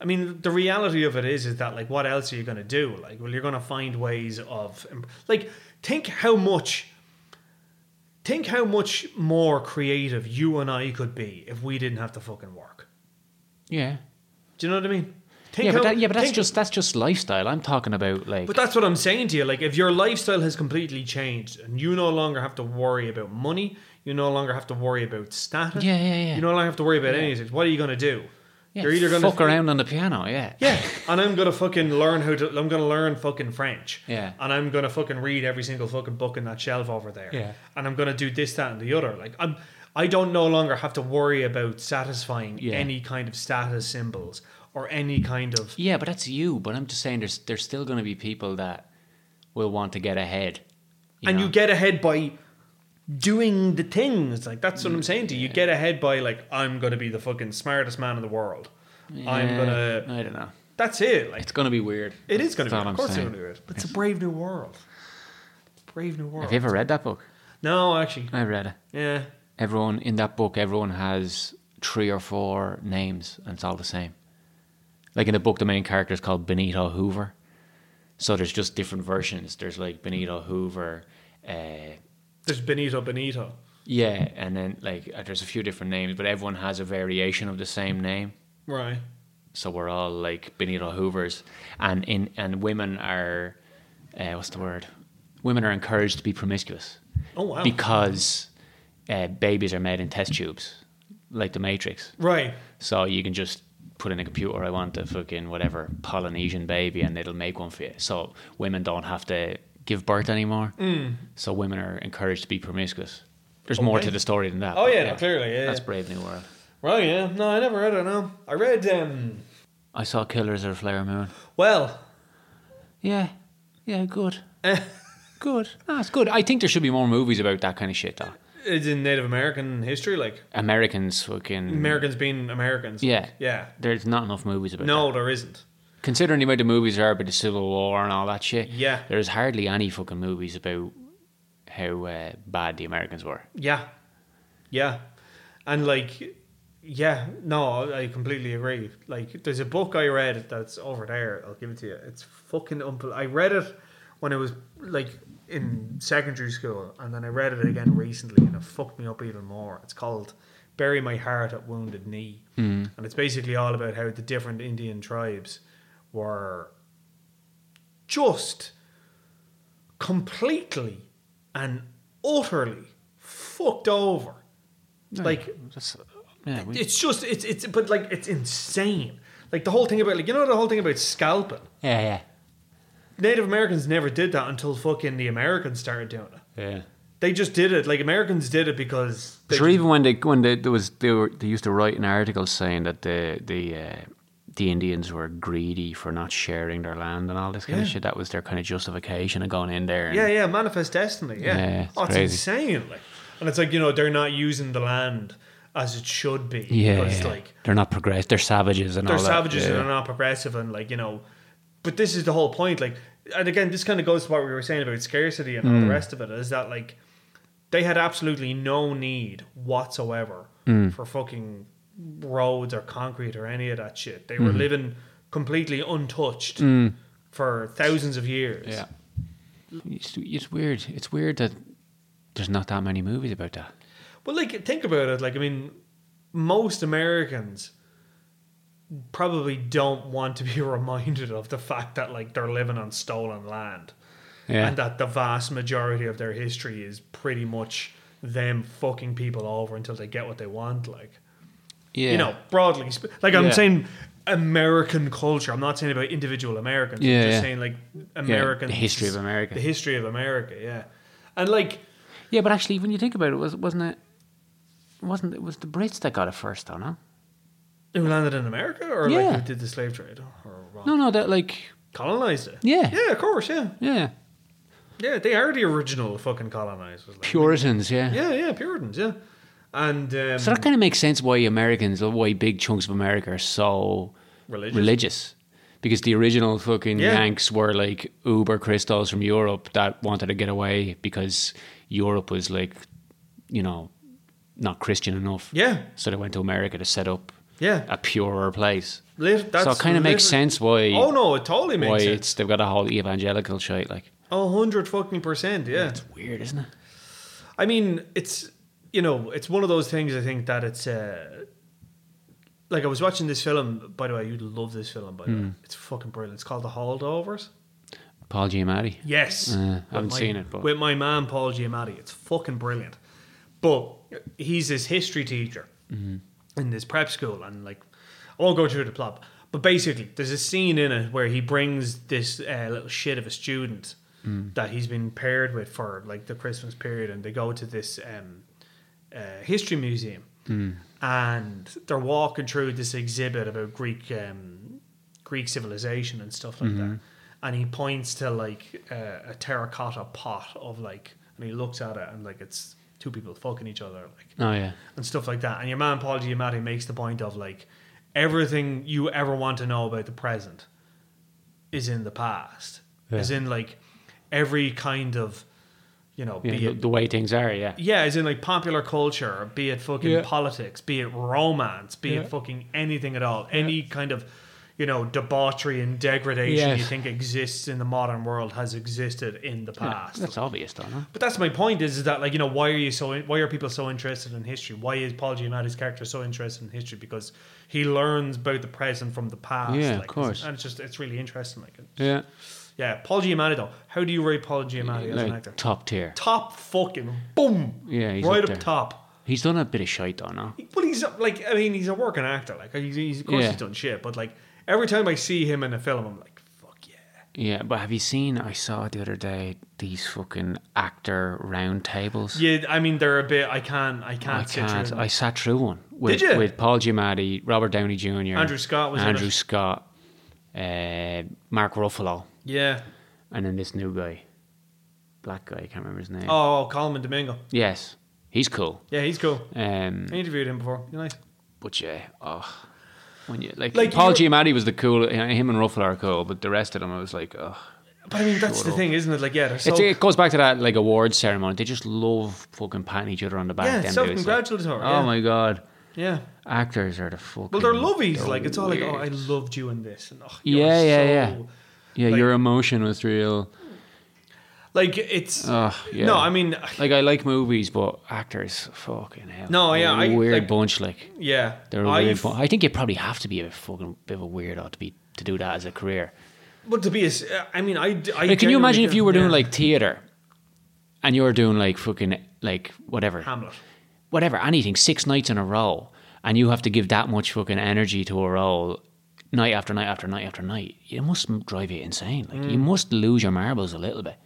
A: I mean, the reality of it is, is that like, what else are you gonna do? Like, well, you're gonna find ways of like, think how much, think how much more creative you and I could be if we didn't have to fucking work.
B: yeah,
A: Do you know what I mean? Think
B: yeah. But,
A: how-
B: that, yeah, but that's
A: think-
B: just that's just lifestyle. I'm talking about like.
A: But that's what I'm saying to you. Like, if your lifestyle has completely changed and you no longer have to worry about money, you no longer have to worry about status.
B: Yeah, yeah, yeah.
A: You no longer have to worry about anything. What are you gonna do?
B: yeah,
A: you're either gonna
B: fuck around on the piano. Yeah.
A: Yeah, and I'm gonna fucking learn how to. I'm gonna learn fucking French.
B: Yeah.
A: and I'm gonna fucking read every single fucking book in that shelf over there.
B: Yeah.
A: and I'm gonna do this, that, and the other. Like I'm, I don't no longer have to worry about satisfying
B: Yeah.
A: any kind of status symbols or any kind of.
B: Yeah, but that's you. But I'm just saying, there's there's still going to be people that will want to get ahead.
A: and
B: know?
A: you get ahead by doing the things. Like that's what I'm saying to you. You get ahead by like I'm gonna be the fucking smartest man in the world. I'm
B: Yeah,
A: gonna.
B: I don't know.
A: That's it. Like
B: It's going to be weird.
A: it is gonna
B: That's all
A: be.
B: I'm
A: Of course, it's
B: saying.
A: gonna be weird. But it's a brave new world. Brave new world.
B: Have you ever read that book?
A: No, actually,
B: I read it.
A: yeah.
B: Everyone in that book, everyone has three or four names, and it's all the same. Like in the book, the main character is called Benito Hoover. So there's just different versions. There's like Benito Hoover, uh,
A: There's Benito Benito.
B: yeah, and then like uh, there's a few different names, but everyone has a variation of the same name.
A: Right.
B: so we're all like Benito Hoovers, and in and women are, uh, what's the word? Women are encouraged to be promiscuous
A: Oh wow.
B: because uh, babies are made in test tubes, like the Matrix.
A: right.
B: So you can just put in a computer, I want a fucking whatever Polynesian baby, and it'll make one for you. So women don't have to give birth anymore. So women are encouraged to be promiscuous. There's more
A: Mm. Okay.
B: to the story than that.
A: Oh
B: but
A: yeah, no, clearly, yeah.
B: That's
A: yeah.
B: Brave New World.
A: Right, yeah. No, I never read it. No, I read. Um,
B: I saw Killers of the Flower Moon.
A: well,
B: Yeah, yeah, good. good. That's Eh. Ah, it's good. I think there should be more movies about that kind of shit, though.
A: it's in Native American history, like
B: Americans fucking.
A: Americans being Americans.
B: Mm. Yeah.
A: Yeah.
B: There's not enough movies about
A: No,
B: that.
A: there isn't.
B: Considering the amount of movies there are about the Civil War and all that shit.
A: Yeah.
B: There's hardly any fucking movies about how uh, bad the Americans were.
A: Yeah. Yeah. And like yeah, no, I completely agree. Like there's a book I read that's over there. I'll give it to you. It's fucking unbel- I read it when it was like in secondary school and then I read it again recently and it fucked me up even more. It's called Bury My Heart at Wounded Knee. And it's basically all about how the different Indian tribes were just completely and utterly fucked over. Like
B: That's, yeah, we,
A: it's just it's it's but like it's insane. Like the whole thing about like you know the whole thing about scalping.
B: yeah, yeah.
A: Native Americans never did that until fucking the Americans started doing it.
B: Yeah.
A: They just did it. Like Americans did it because they
B: Sure, even when they when they, there was they, were, they used to write an article saying that the the uh, the Indians were greedy for not sharing their land and all this kind of
A: Yeah.
B: shit. That was their kind of justification of going in there. And,
A: Yeah, yeah, manifest destiny. Yeah,
B: Yeah, it's
A: oh, it's
B: crazy.
A: insane. Like, and it's like you know they're not using the land as it should be.
B: yeah,
A: because,
B: yeah.
A: like
B: they're not progressed. They're savages and
A: they're
B: all that.
A: savages
B: yeah.
A: and they're not progressive and like you know but this is the whole point like and again this kind of goes to what we were saying about scarcity and
B: Mm.
A: all the rest of it is that like they had absolutely no need whatsoever
B: Mm.
A: for fucking roads or concrete or any of that shit they
B: Mm-hmm.
A: were living completely untouched for thousands of years
B: Mm. Yeah. It's, it's weird. It's weird that there's not that many movies about that.
A: Well, like think about it. Like I mean, most Americans probably don't want to be [LAUGHS] reminded of the fact that like they're living on stolen land,
B: Yeah.
A: and uh, that the vast majority of their history is pretty much them fucking people over until they get what they want. Like
B: Yeah.
A: you know, broadly, sp- like I'm
B: Yeah.
A: saying. American culture. I'm not saying about individual Americans. I'm
B: Yeah,
A: just
B: yeah.
A: saying like American
B: the history of America.
A: The history of America. Yeah, And like,
D: Yeah, but actually, when you think about it, was wasn't it? Wasn't it was the Brits that got it first, though? No,
A: who landed in America, or like
D: Yeah.
A: who did the slave trade, or what?
D: no, no. That like,
A: colonized it?
D: Yeah.
A: yeah, of course, yeah,
D: yeah,
A: yeah. They are the original fucking colonizers. Like,
B: Puritans, yeah.
A: Yeah, yeah, Puritans, yeah. And um,
B: So that kind of makes sense why Americans, or why big chunks of America are so
A: religious.
B: religious. Because the original fucking
A: Yeah.
B: Yanks were like uber crystals from Europe that wanted to get away because Europe was like, you know, not Christian enough.
A: Yeah,
B: So they went to America to set up
A: yeah.
B: a purer place.
A: Lit- that's
B: so it kind of makes
A: liter-
B: sense why
A: Oh no, it totally makes
B: why
A: sense.
B: it's they've got a whole evangelical shit. Like
A: A hundred fucking percent. Yeah.
B: it's weird, isn't it?
A: I mean, it's you know, it's one of those things. I think that it's uh, like I was watching this film. By the way, you'd love this film. By the
B: Hmm.
A: way, it's fucking brilliant. It's called The Holdovers.
B: Paul Giamatti.
A: Yes,
B: Uh, I
A: With
B: haven't
A: my-
B: seen it, but-
A: with my man Paul Giamatti, it's fucking brilliant. But he's this history teacher
B: Mm-hmm.
A: in this prep school, and like I won't go through the plot, but basically there's a scene in it where he brings this uh, little shit of a student
B: Mm.
A: that he's been paired with for like the Christmas period, and they go to this um, uh, history museum,
B: Mm.
A: and they're walking through this exhibit about Greek um, Greek civilization and stuff like
B: Mm-hmm.
A: that. And he points to like uh, a terracotta pot of like, and he looks at it and like it's two people fucking each other, like
B: Oh yeah.
A: and stuff like that. And your man Paul Giamatti makes the point of like everything you ever want to know about the present is in the past.
B: Yeah.
A: Is in like every kind of you know,
B: Yeah,
A: be
B: the,
A: it
B: the way things are, yeah.
A: yeah, as in like popular culture, be it fucking
B: Yeah.
A: politics, be it romance, be
B: Yeah.
A: it fucking anything at all, any kind of you know debauchery and degradation
B: Yes.
A: you think exists in the modern world has existed in the
B: Yeah,
A: past.
B: That's obvious, though. No?
A: But that's my point is, is that like you know why are you so why are people so interested in history? Why is Paul Giamatti's character so interested in history? Because he learns about the present from the past.
B: Yeah,
A: like,
B: of course.
A: And it's just it's really interesting. Like, it's-
B: Yeah.
A: yeah, Paul Giamatti though. How do you rate Paul Giamatti as Oh, an actor?
B: Like, top tier.
A: top fucking boom.
B: Yeah, he's
A: right
B: up
A: up,
B: there.
A: top.
B: He's done a bit of shite, though. No.
A: Well, he's uh, like I mean he's a working actor. Like he's, he's of course
B: Yeah.
A: he's done shit, but like every time I see him in a film, I'm like fuck yeah.
B: Yeah, but have you seen? I saw the other day these fucking actor round tables.
A: Yeah, I mean they're a bit. I can't. I can't.
B: I
A: sit through
B: can't.
A: them.
B: I sat through one with
A: you?
B: with Paul Giamatti, Robert Downey Jr.,
A: Andrew Scott was in
B: Andrew
A: it.
B: Scott, uh, Mark Ruffalo,
A: yeah.
B: and then this new guy, black guy. I can't remember his name.
A: Oh, Coleman Domingo.
B: Yes, he's cool.
A: Yeah, he's cool.
B: Um,
A: I interviewed him before. He's nice.
B: but yeah, oh, when you like,
A: Like,
B: Paul
A: you're-
B: Giamatti was the cool. Him and Ruffalo are cool, but the rest of them, I was like, oh.
A: But I mean, that's
B: Shut
A: the
B: up.
A: thing, isn't it? Like, yeah, they're so
B: It's, it goes back to that like awards ceremony. They just love fucking patting each other on the back.
A: Yeah,
B: them dudes, like,
A: self-congratulatory,
B: oh
A: yeah.
B: my god,
A: yeah.
B: actors are the fucking.
A: Well, they're lovies.
B: they're
A: Like, it's all like, oh, I
B: weird.
A: loved you in this, and oh,
B: Yeah, yeah,
A: so...
B: yeah. yeah,
A: like-
B: your emotion was real.
A: Like, it's
B: Ugh, Oh, yeah.
A: no. I mean,
B: like I like movies, but actors, fucking hell.
A: No, yeah,
B: They're a
A: I-
B: weird
A: like-
B: bunch. Like
A: yeah.
B: they're a
A: I've-
B: weird bunch. I think you probably have to be a fucking bit of a weirdo to be to do that as a career.
A: But to be, a s- I mean, I. d-
B: Like,
A: I
B: can you
A: genuinely
B: imagine if
A: don't-
B: you were doing
A: yeah.
B: like theater, and you were doing like fucking like whatever
A: Hamlet?
B: whatever, anything, six nights in a row, and you have to give that much fucking energy to a role night after night after night after night, it must m- drive you insane. Like you must lose your marbles a little bit.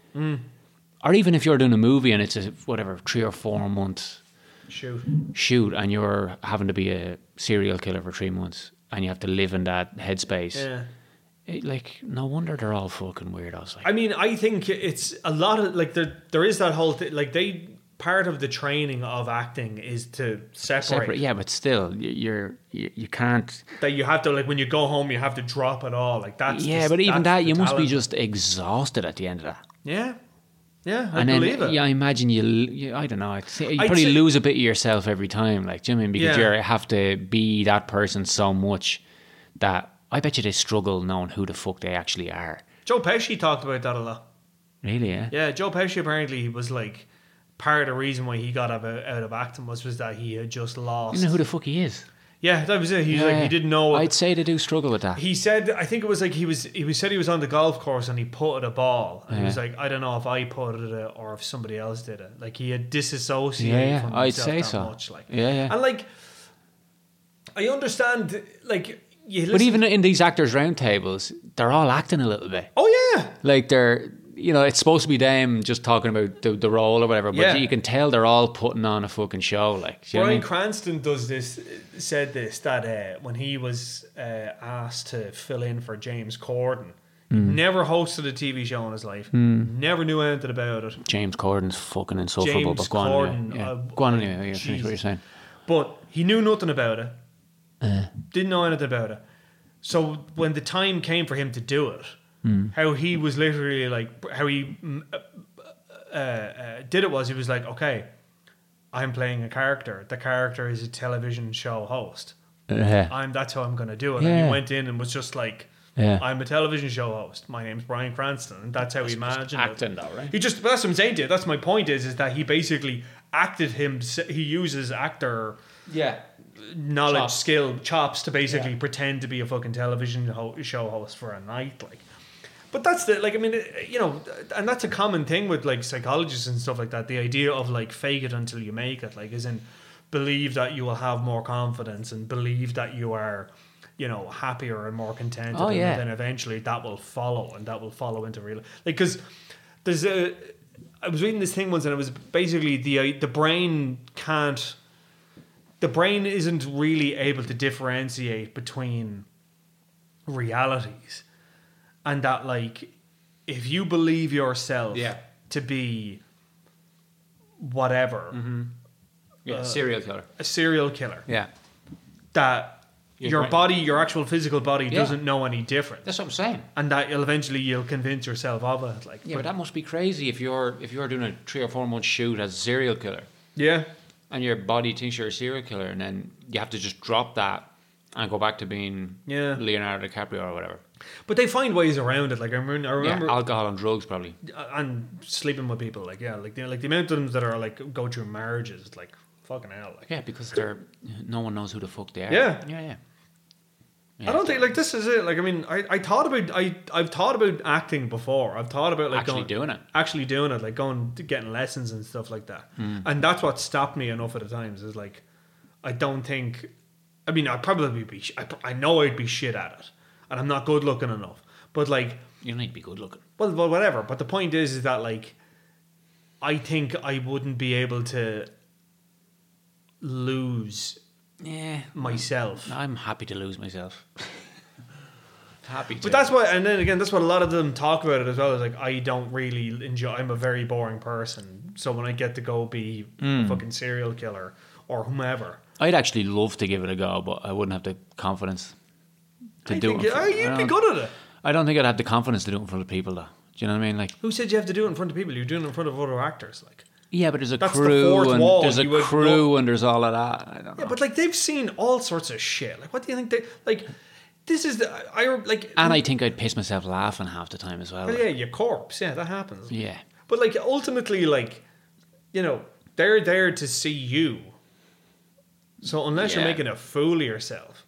B: Or even if you're doing a movie and it's a whatever three or four month
A: Shoot.
B: shoot, and you're having to be a serial killer for three months, and you have to live in that headspace.
A: Yeah.
B: It, like no wonder they're all fucking weirdos. Like
A: I mean, I think it's a lot of like there. There is that whole thing. Like they part of the training of acting is to separate,
B: separate, yeah, but still, y- you're you, you can't.
A: that you have to like when you go home you have to drop it all like that's
B: yeah,
A: just-
B: but even
A: that's
B: that,
A: the
B: you must be
A: talent.
B: just exhausted at the end of that.
A: Yeah, yeah, I
B: and then
A: believe it.
B: yeah, I imagine you, l- you. I don't know. I'd say, you
A: I'd
B: probably
A: say-
B: lose a bit of yourself every time, like do you know what I mean? Because
A: Yeah.
B: you have to be that person so much that I bet you they struggle knowing who the fuck they actually are.
A: Joe Pesci talked about that a lot.
B: Really? Yeah.
A: Yeah, Joe Pesci apparently was like part of the reason why he got out of, out of acting was was that he had just
B: You
A: lost.
B: know who the fuck he is?
A: yeah, that was it. He's like
B: Yeah.
A: he didn't know.
B: I'd say they do struggle with that.
A: he said, I think it was like he was. He was said he was on the golf course and he putted a ball, and he was
B: Yeah.
A: like, I don't know if I putted it or if somebody else did it. Like he had disassociated
B: Yeah, yeah,
A: from
B: I'd
A: himself
B: say
A: that
B: so.
A: much. Like,
B: Yeah, yeah.
A: and like, I understand. Like, you
B: but
A: listen-
B: even in these actors' roundtables, they're all acting a little bit.
A: oh yeah,
B: Like they're you know, it's supposed to be them just talking about the, the role or whatever, but
A: Yeah.
B: you can tell they're all putting on a fucking show. Like, do you know what I
A: Brian
B: mean?
A: Cranston does this. Said this that uh, when he was uh, asked to fill in for James Corden, he
B: Mm.
A: never hosted a TV show in his life. Never knew anything about it.
B: James
D: Corden's fucking insufferable.
A: James
D: but go on
A: Corden,
D: anyway. Yeah.
A: uh,
D: go on anyway. Yeah, finish
A: Jesus.
D: what you're saying.
A: But he knew nothing about it.
B: Eh.
A: Didn't know anything about it. So when the time came for him to do it,
B: Hmm.
A: how he was literally like, how he mm, uh, uh, did it was he was like, okay, I'm playing a character. The character is a television show host.
B: Yeah.
A: I'm that's how I'm gonna do it. And
B: Yeah.
A: he went in and was just like,
B: Yeah.
A: I'm a television show host. My name's Brian Cranston, and that's how he imagined
B: acting
A: it.
B: though, right?
A: He just that's what I'm saying to you. That's my point is is that he basically acted him. He uses actor
B: Yeah.
A: knowledge,
B: Chops.
A: skill, chops to basically pretend to be a fucking television ho- show host for a night, like. But that's the like I mean it- you know and that's a common thing with like psychologists and stuff like that the idea of like fake it until you make it like is in believe that you will have more confidence and believe that you are you know happier and more contented
B: Oh,
A: and
B: yeah.
A: then eventually that will follow and that will follow into real like because there's a I was reading this thing once and it was basically the uh, the brain can't the brain isn't really able to differentiate between realities and that like if you believe yourself
B: Yeah.
A: to be whatever
B: Yeah.
A: Uh,
B: serial killer.
A: a serial killer
B: Mm-hmm. Yeah.
A: that
B: Your
A: your
B: brain-
A: body your actual physical body
B: Yeah.
A: doesn't know any different
B: That's what I'm saying.
A: and that you'll eventually you'll convince yourself of it like
B: Yeah,
A: but-
B: but that must be crazy if you're if you're doing a three or four month shoot as a serial killer
A: yeah
B: and your body thinks you're a serial killer and then you have to just drop that and go back to being
A: Yeah.
B: Leonardo DiCaprio or whatever.
A: but they find ways around it like i remember, I remember uh,
B: yeah, alcohol and drugs probably.
A: and sleeping with people like yeah like the, like the amount of them that are like go through marriages like fucking hell like
B: Yeah, because they're no one knows who the fuck they are.
A: Yeah.
B: yeah, yeah.
A: I don't think like this is it like I mean I, I thought about I I've thought about acting before I've thought about like
B: Actually
A: going,
B: doing it.
A: actually doing it like going to getting lessons and stuff like that
B: Hmm.
A: and that's what stopped me enough of the times is like I don't think I mean I'd probably be sh- I, pr- I know I'd be shit at it and I'm not good looking enough but like
B: You don't need to be good looking.
A: well, well whatever but the point is is that like I think I wouldn't be able to lose
B: Yeah,
A: myself
B: I'm happy to lose myself. happy, to.
A: But that's what, and then again, that's what a lot of them talk about it as well. Is like, I don't really enjoy. I'm a very boring person. So when I get to go be
B: Hmm.
A: a fucking serial killer or whomever,
B: I'd actually love to give it a go, but I wouldn't have the confidence to
A: I
B: do
A: think
B: it. in
A: you,
B: front-
A: oh,
B: I
A: you'd be
B: don't-
A: good at it.
B: I don't think I'd have the confidence to do it in front of people, though. Do you know what I mean? Like,
A: Who said you have to do it in front of people? You're doing it in front of other actors, like.
B: yeah, but there's a
A: That's the
B: crew,
A: fourth
B: and
A: wall.
B: there's a
A: You would
B: crew, and there's all of that. I don't know.
A: Yeah, but like they've seen all sorts of shit. Like, what do you think they like? This is the I I- like.
B: and I think I'd piss myself laughing half the time as well.
A: well,
B: like.
A: yeah, your corpse. Yeah, that happens.
B: yeah,
A: But like ultimately, like you know, they're there to see you. So unless you're
B: Yeah.
A: making a fool of yourself,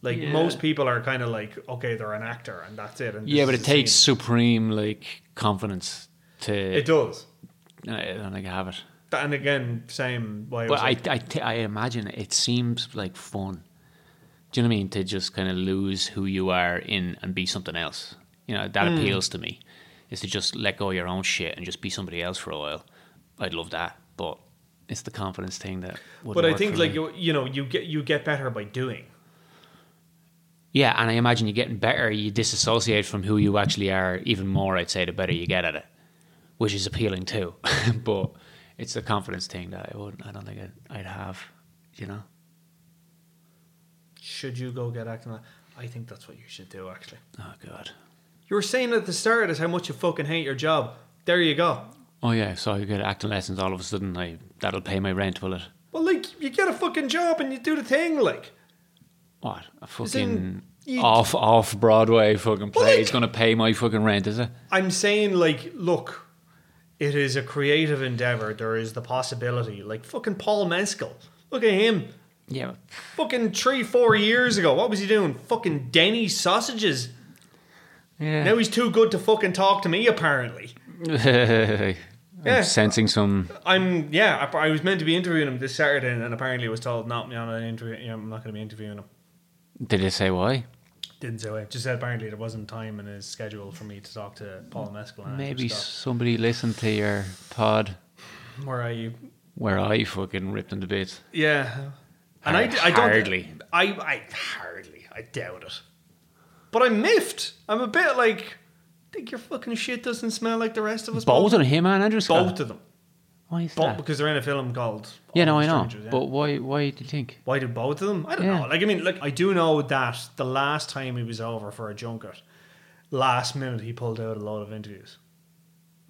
A: like
B: Yeah.
A: most people are kind of like, okay, they're an actor and that's it. And this
B: yeah, but
A: is
B: it
A: the
B: takes
A: scene.
B: supreme like confidence to.
A: it does.
B: I don't think I have it.
A: Th- And again, same way.
B: But
A: But
B: I, I, t- I imagine it seems like fun. Do you know what I mean? To just kind of lose who you are in and be something else. You know,
A: Hmm.
B: that appeals to me. Is to just let go of your own shit and just be somebody else for a while. I'd love that, but it's the confidence thing that. Would
A: but I think like you, you know, you get you get better by doing.
B: yeah, and I imagine you're getting better. You disassociate from who you actually are even more. I'd say the better you get at it, which is appealing too. [LAUGHS] but it's the confidence thing that I wouldn't. I don't think I'd, I'd have. You know.
A: Should you go get acting? I think that's what you should do. Actually,
B: Oh God.
A: you were saying at the start is how much you fucking hate your job. There you go.
B: Oh yeah, so I get acting lessons all of a sudden. I that'll pay my rent, will it?
A: Well, like you get a fucking job and you do the thing. Like
B: What a
A: As
B: fucking
A: in, you-
B: off off Broadway fucking play
A: like-
B: is going to pay my fucking rent, is it?
A: I'm saying like, look, it is a creative endeavor. There is the possibility. Like fucking Paul Mescal. Look at him.
B: Yeah,
A: Fucking three, four years ago, what was he doing? Fucking Denny sausages.
B: yeah.
A: Now he's too good to fucking talk to me. Apparently,
B: [LAUGHS] I'm
A: Yeah.
B: sensing some.
A: I'm. Yeah, I, I was meant to be interviewing him this Saturday, and, apparently I was told, "No, no, no, interview. I'm not going to be interviewing him."
B: Did they say why?
A: didn't say it. Just said apparently there wasn't time in his schedule for me to talk to Paul Mescal. and
B: Maybe
A: stuff,
B: somebody listened to your pod
A: where I
B: where I fucking ripped him to bits.
A: yeah, and I, d- I don't
B: Hardly.
A: I I hardly I doubt it, but I'm miffed. I'm a bit like think your fucking shit doesn't smell like the rest of us.
B: Both
A: Paul?"
B: of them, him and Andrew Scott.
A: both of them,
B: Why is
A: both
B: that?
A: because they're in a film called
B: Yeah, no,
A: All
B: I know.
A: Strangers, yeah.
B: But why? Why do you think?
A: Why do both of them? I don't
B: Yeah.
A: know. Like, I mean, look, I do know that the last time he was over for a junket, last minute he pulled out a lot of interviews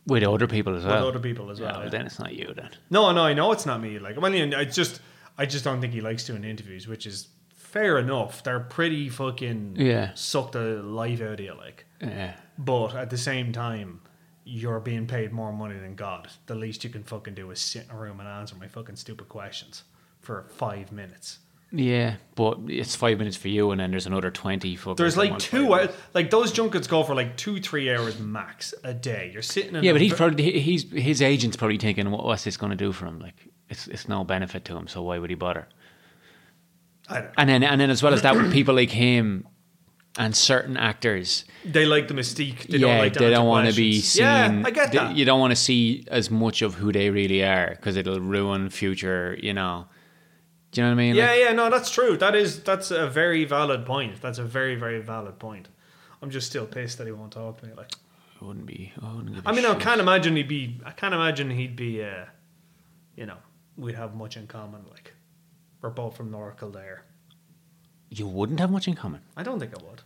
B: With other people as well.
A: with other people as
B: Yeah,
A: well.
B: well,
A: yeah.
B: then it's not you then.
A: No, no, I know it's not me. Like, I mean, I just, I just don't think he likes doing interviews, which is fair enough. They're pretty fucking
B: Yeah.
A: suck the life out of you, like.
B: Yeah.
A: But at the same time, you're being paid more money than God. The least you can fucking do is sit in a room and answer my fucking stupid questions for five minutes.
B: Yeah, but it's five minutes for you, and then there's another twenty. Fuckers
A: There's
B: that
A: like
B: want
A: two
B: five
A: hours. Like those junkets go for like two, three hours max a day. You're sitting. In
B: Yeah,
A: a
B: but he's
A: ver-
B: probably he- he's his agent's probably thinking, "What- what's this going to do for him? Like, it's it's no benefit to him, so why would he bother?
A: I don't know.
B: And then and then as well as that, with people like him and certain actors,
A: They like the mystique. They
B: yeah,
A: don't like the
B: they don't
A: want to
B: to be
A: questions.
B: seen.
A: Yeah, I get
B: they-
A: that.
B: you don't want to see as much of who they really are because it'll ruin future. You know, do you know what I mean?
A: yeah,
B: Like,
A: yeah. No, that's true. That is that's a very valid point. That's a very very valid point. I'm just still pissed that he won't talk to me. Like,
B: I wouldn't be. I wouldn't give a
A: I mean, I
B: shit.
A: can't imagine he'd be. I can't imagine he'd be. Uh, you know, we'd have much in common. Like, we're both from North Kildare.
B: you wouldn't have much in common.
A: I don't think I would.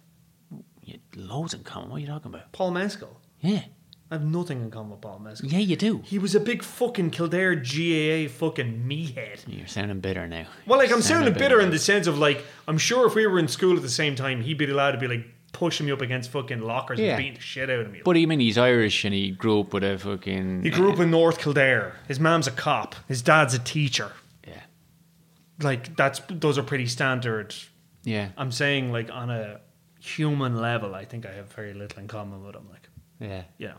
B: You had loads in common. What are you talking about?
A: Paul Mescal.
B: Yeah,
A: I have nothing in common with Paul Mescal.
B: yeah, you do.
A: He was a big fucking Kildare GAA fucking meathead.
B: You're sounding bitter now.
A: Well, like
B: You're
A: I'm sounding bitter in the sense of like I'm sure if we were in school at the same time, he'd be allowed to be like pushing me up against fucking lockers
B: Yeah.
A: and beating the shit out of me.
B: But I mean, he's Irish and he grew up with a fucking. uh,
A: he grew up in North Kildare. His mom's a cop. His dad's a teacher.
B: Yeah.
A: Like that's those are pretty standard.
B: Yeah.
A: I'm saying like on a human level, I think I have very little in common with him. Like
B: Yeah.
A: you know,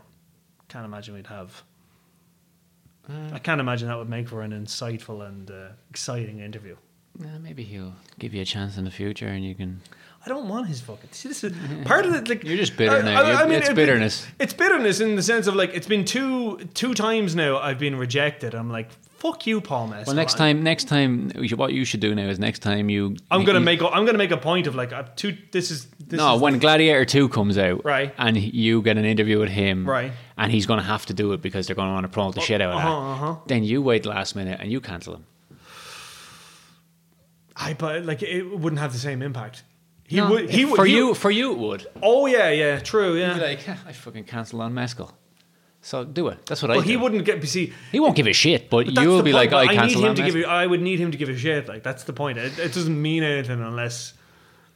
A: can't imagine we'd have.
B: Uh.
A: I can't imagine that would make for an insightful and uh, exciting interview.
B: Nah, maybe he'll give you a chance in the future and you can.
A: I don't want his fucking. See, this is part of the. Like,
B: You're just bitter now. You- it's
A: it-
B: bitterness.
A: It's bitterness in the sense of like it's been two two times now I've been rejected. I'm like, fuck you, Paul Mescal.
B: Well, next time, next time, we should- what you should do now is next time you.
A: I'm gonna
B: you-
A: make. A, I'm gonna make a point of like, I've two. This is this
B: No,
A: Is,
B: when Gladiator 2 comes out.
A: Right.
B: And you get an interview with him.
A: Right.
B: And he's going to have to do it because they're going to want to promote the shit out of
A: uh-huh,
B: that.
A: uh-huh.
B: Then you wait last minute and you cancel him.
A: I but like it wouldn't have the same impact. He
B: No,
A: would. He would.
B: for
A: he-
B: you, for you, it would.
A: Oh yeah, yeah, true, yeah.
B: You'd be like, "Huh, I fucking cancel on Mescal. So do it. That's what I.
A: but he
B: do.
A: wouldn't get. See,
B: He won't give a shit, but,
A: But that's
B: you'll
A: the
B: be
A: point,
B: like, "Oh,
A: but
B: I
A: I need
B: cancel
A: him
B: on
A: to
B: Mescal.
A: give. A, I would need him to give a shit. Like that's the point. It, it doesn't mean anything unless,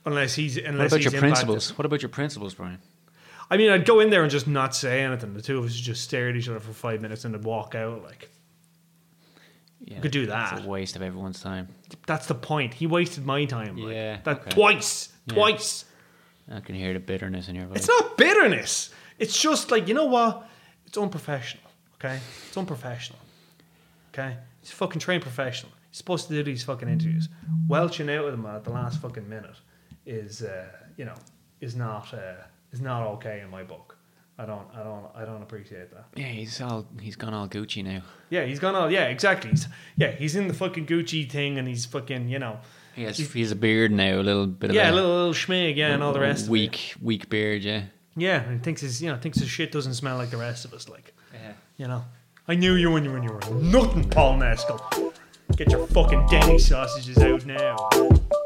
A: unless he's
B: What
A: unless
B: about
A: he's
B: your
A: impacted.
B: principles? What about your principles, Brian?
A: I mean, I'd go in there and just not say anything. The two of us would just stare at each other for five minutes and then walk out. Like
B: Yeah,
A: could do
B: It's
A: that.
B: a waste of everyone's time.
A: That's the point. He wasted my time. Like,
B: Yeah,
A: that
B: okay.
A: twice, twice.
B: I can hear the bitterness in your voice.
A: It's not bitterness. It's just like you know what? It's unprofessional. Okay, it's unprofessional. Okay, he's a fucking trained professional. He's supposed to do these fucking interviews. Welching out of them at the last fucking minute is, uh, you know, is not uh, is not okay in my book. I don't, I don't, I don't appreciate that.
B: yeah, he's all he's gone all Gucci now.
A: Yeah, he's gone all. Yeah, exactly. He's, yeah, he's in the fucking Gucci thing, and he's fucking, you know,
B: He has he has a beard now, a little bit of
A: yeah,
B: a
A: a little, little schmig, yeah, and all the rest. Of it.
B: weak weak beard. Yeah,
A: Yeah, and thinks his, you know, thinks his shit doesn't smell like the rest of us. Like,
B: yeah.
A: you know, I knew you when you when you were nothing, Paul Mescal. Get your fucking Denny sausages out now.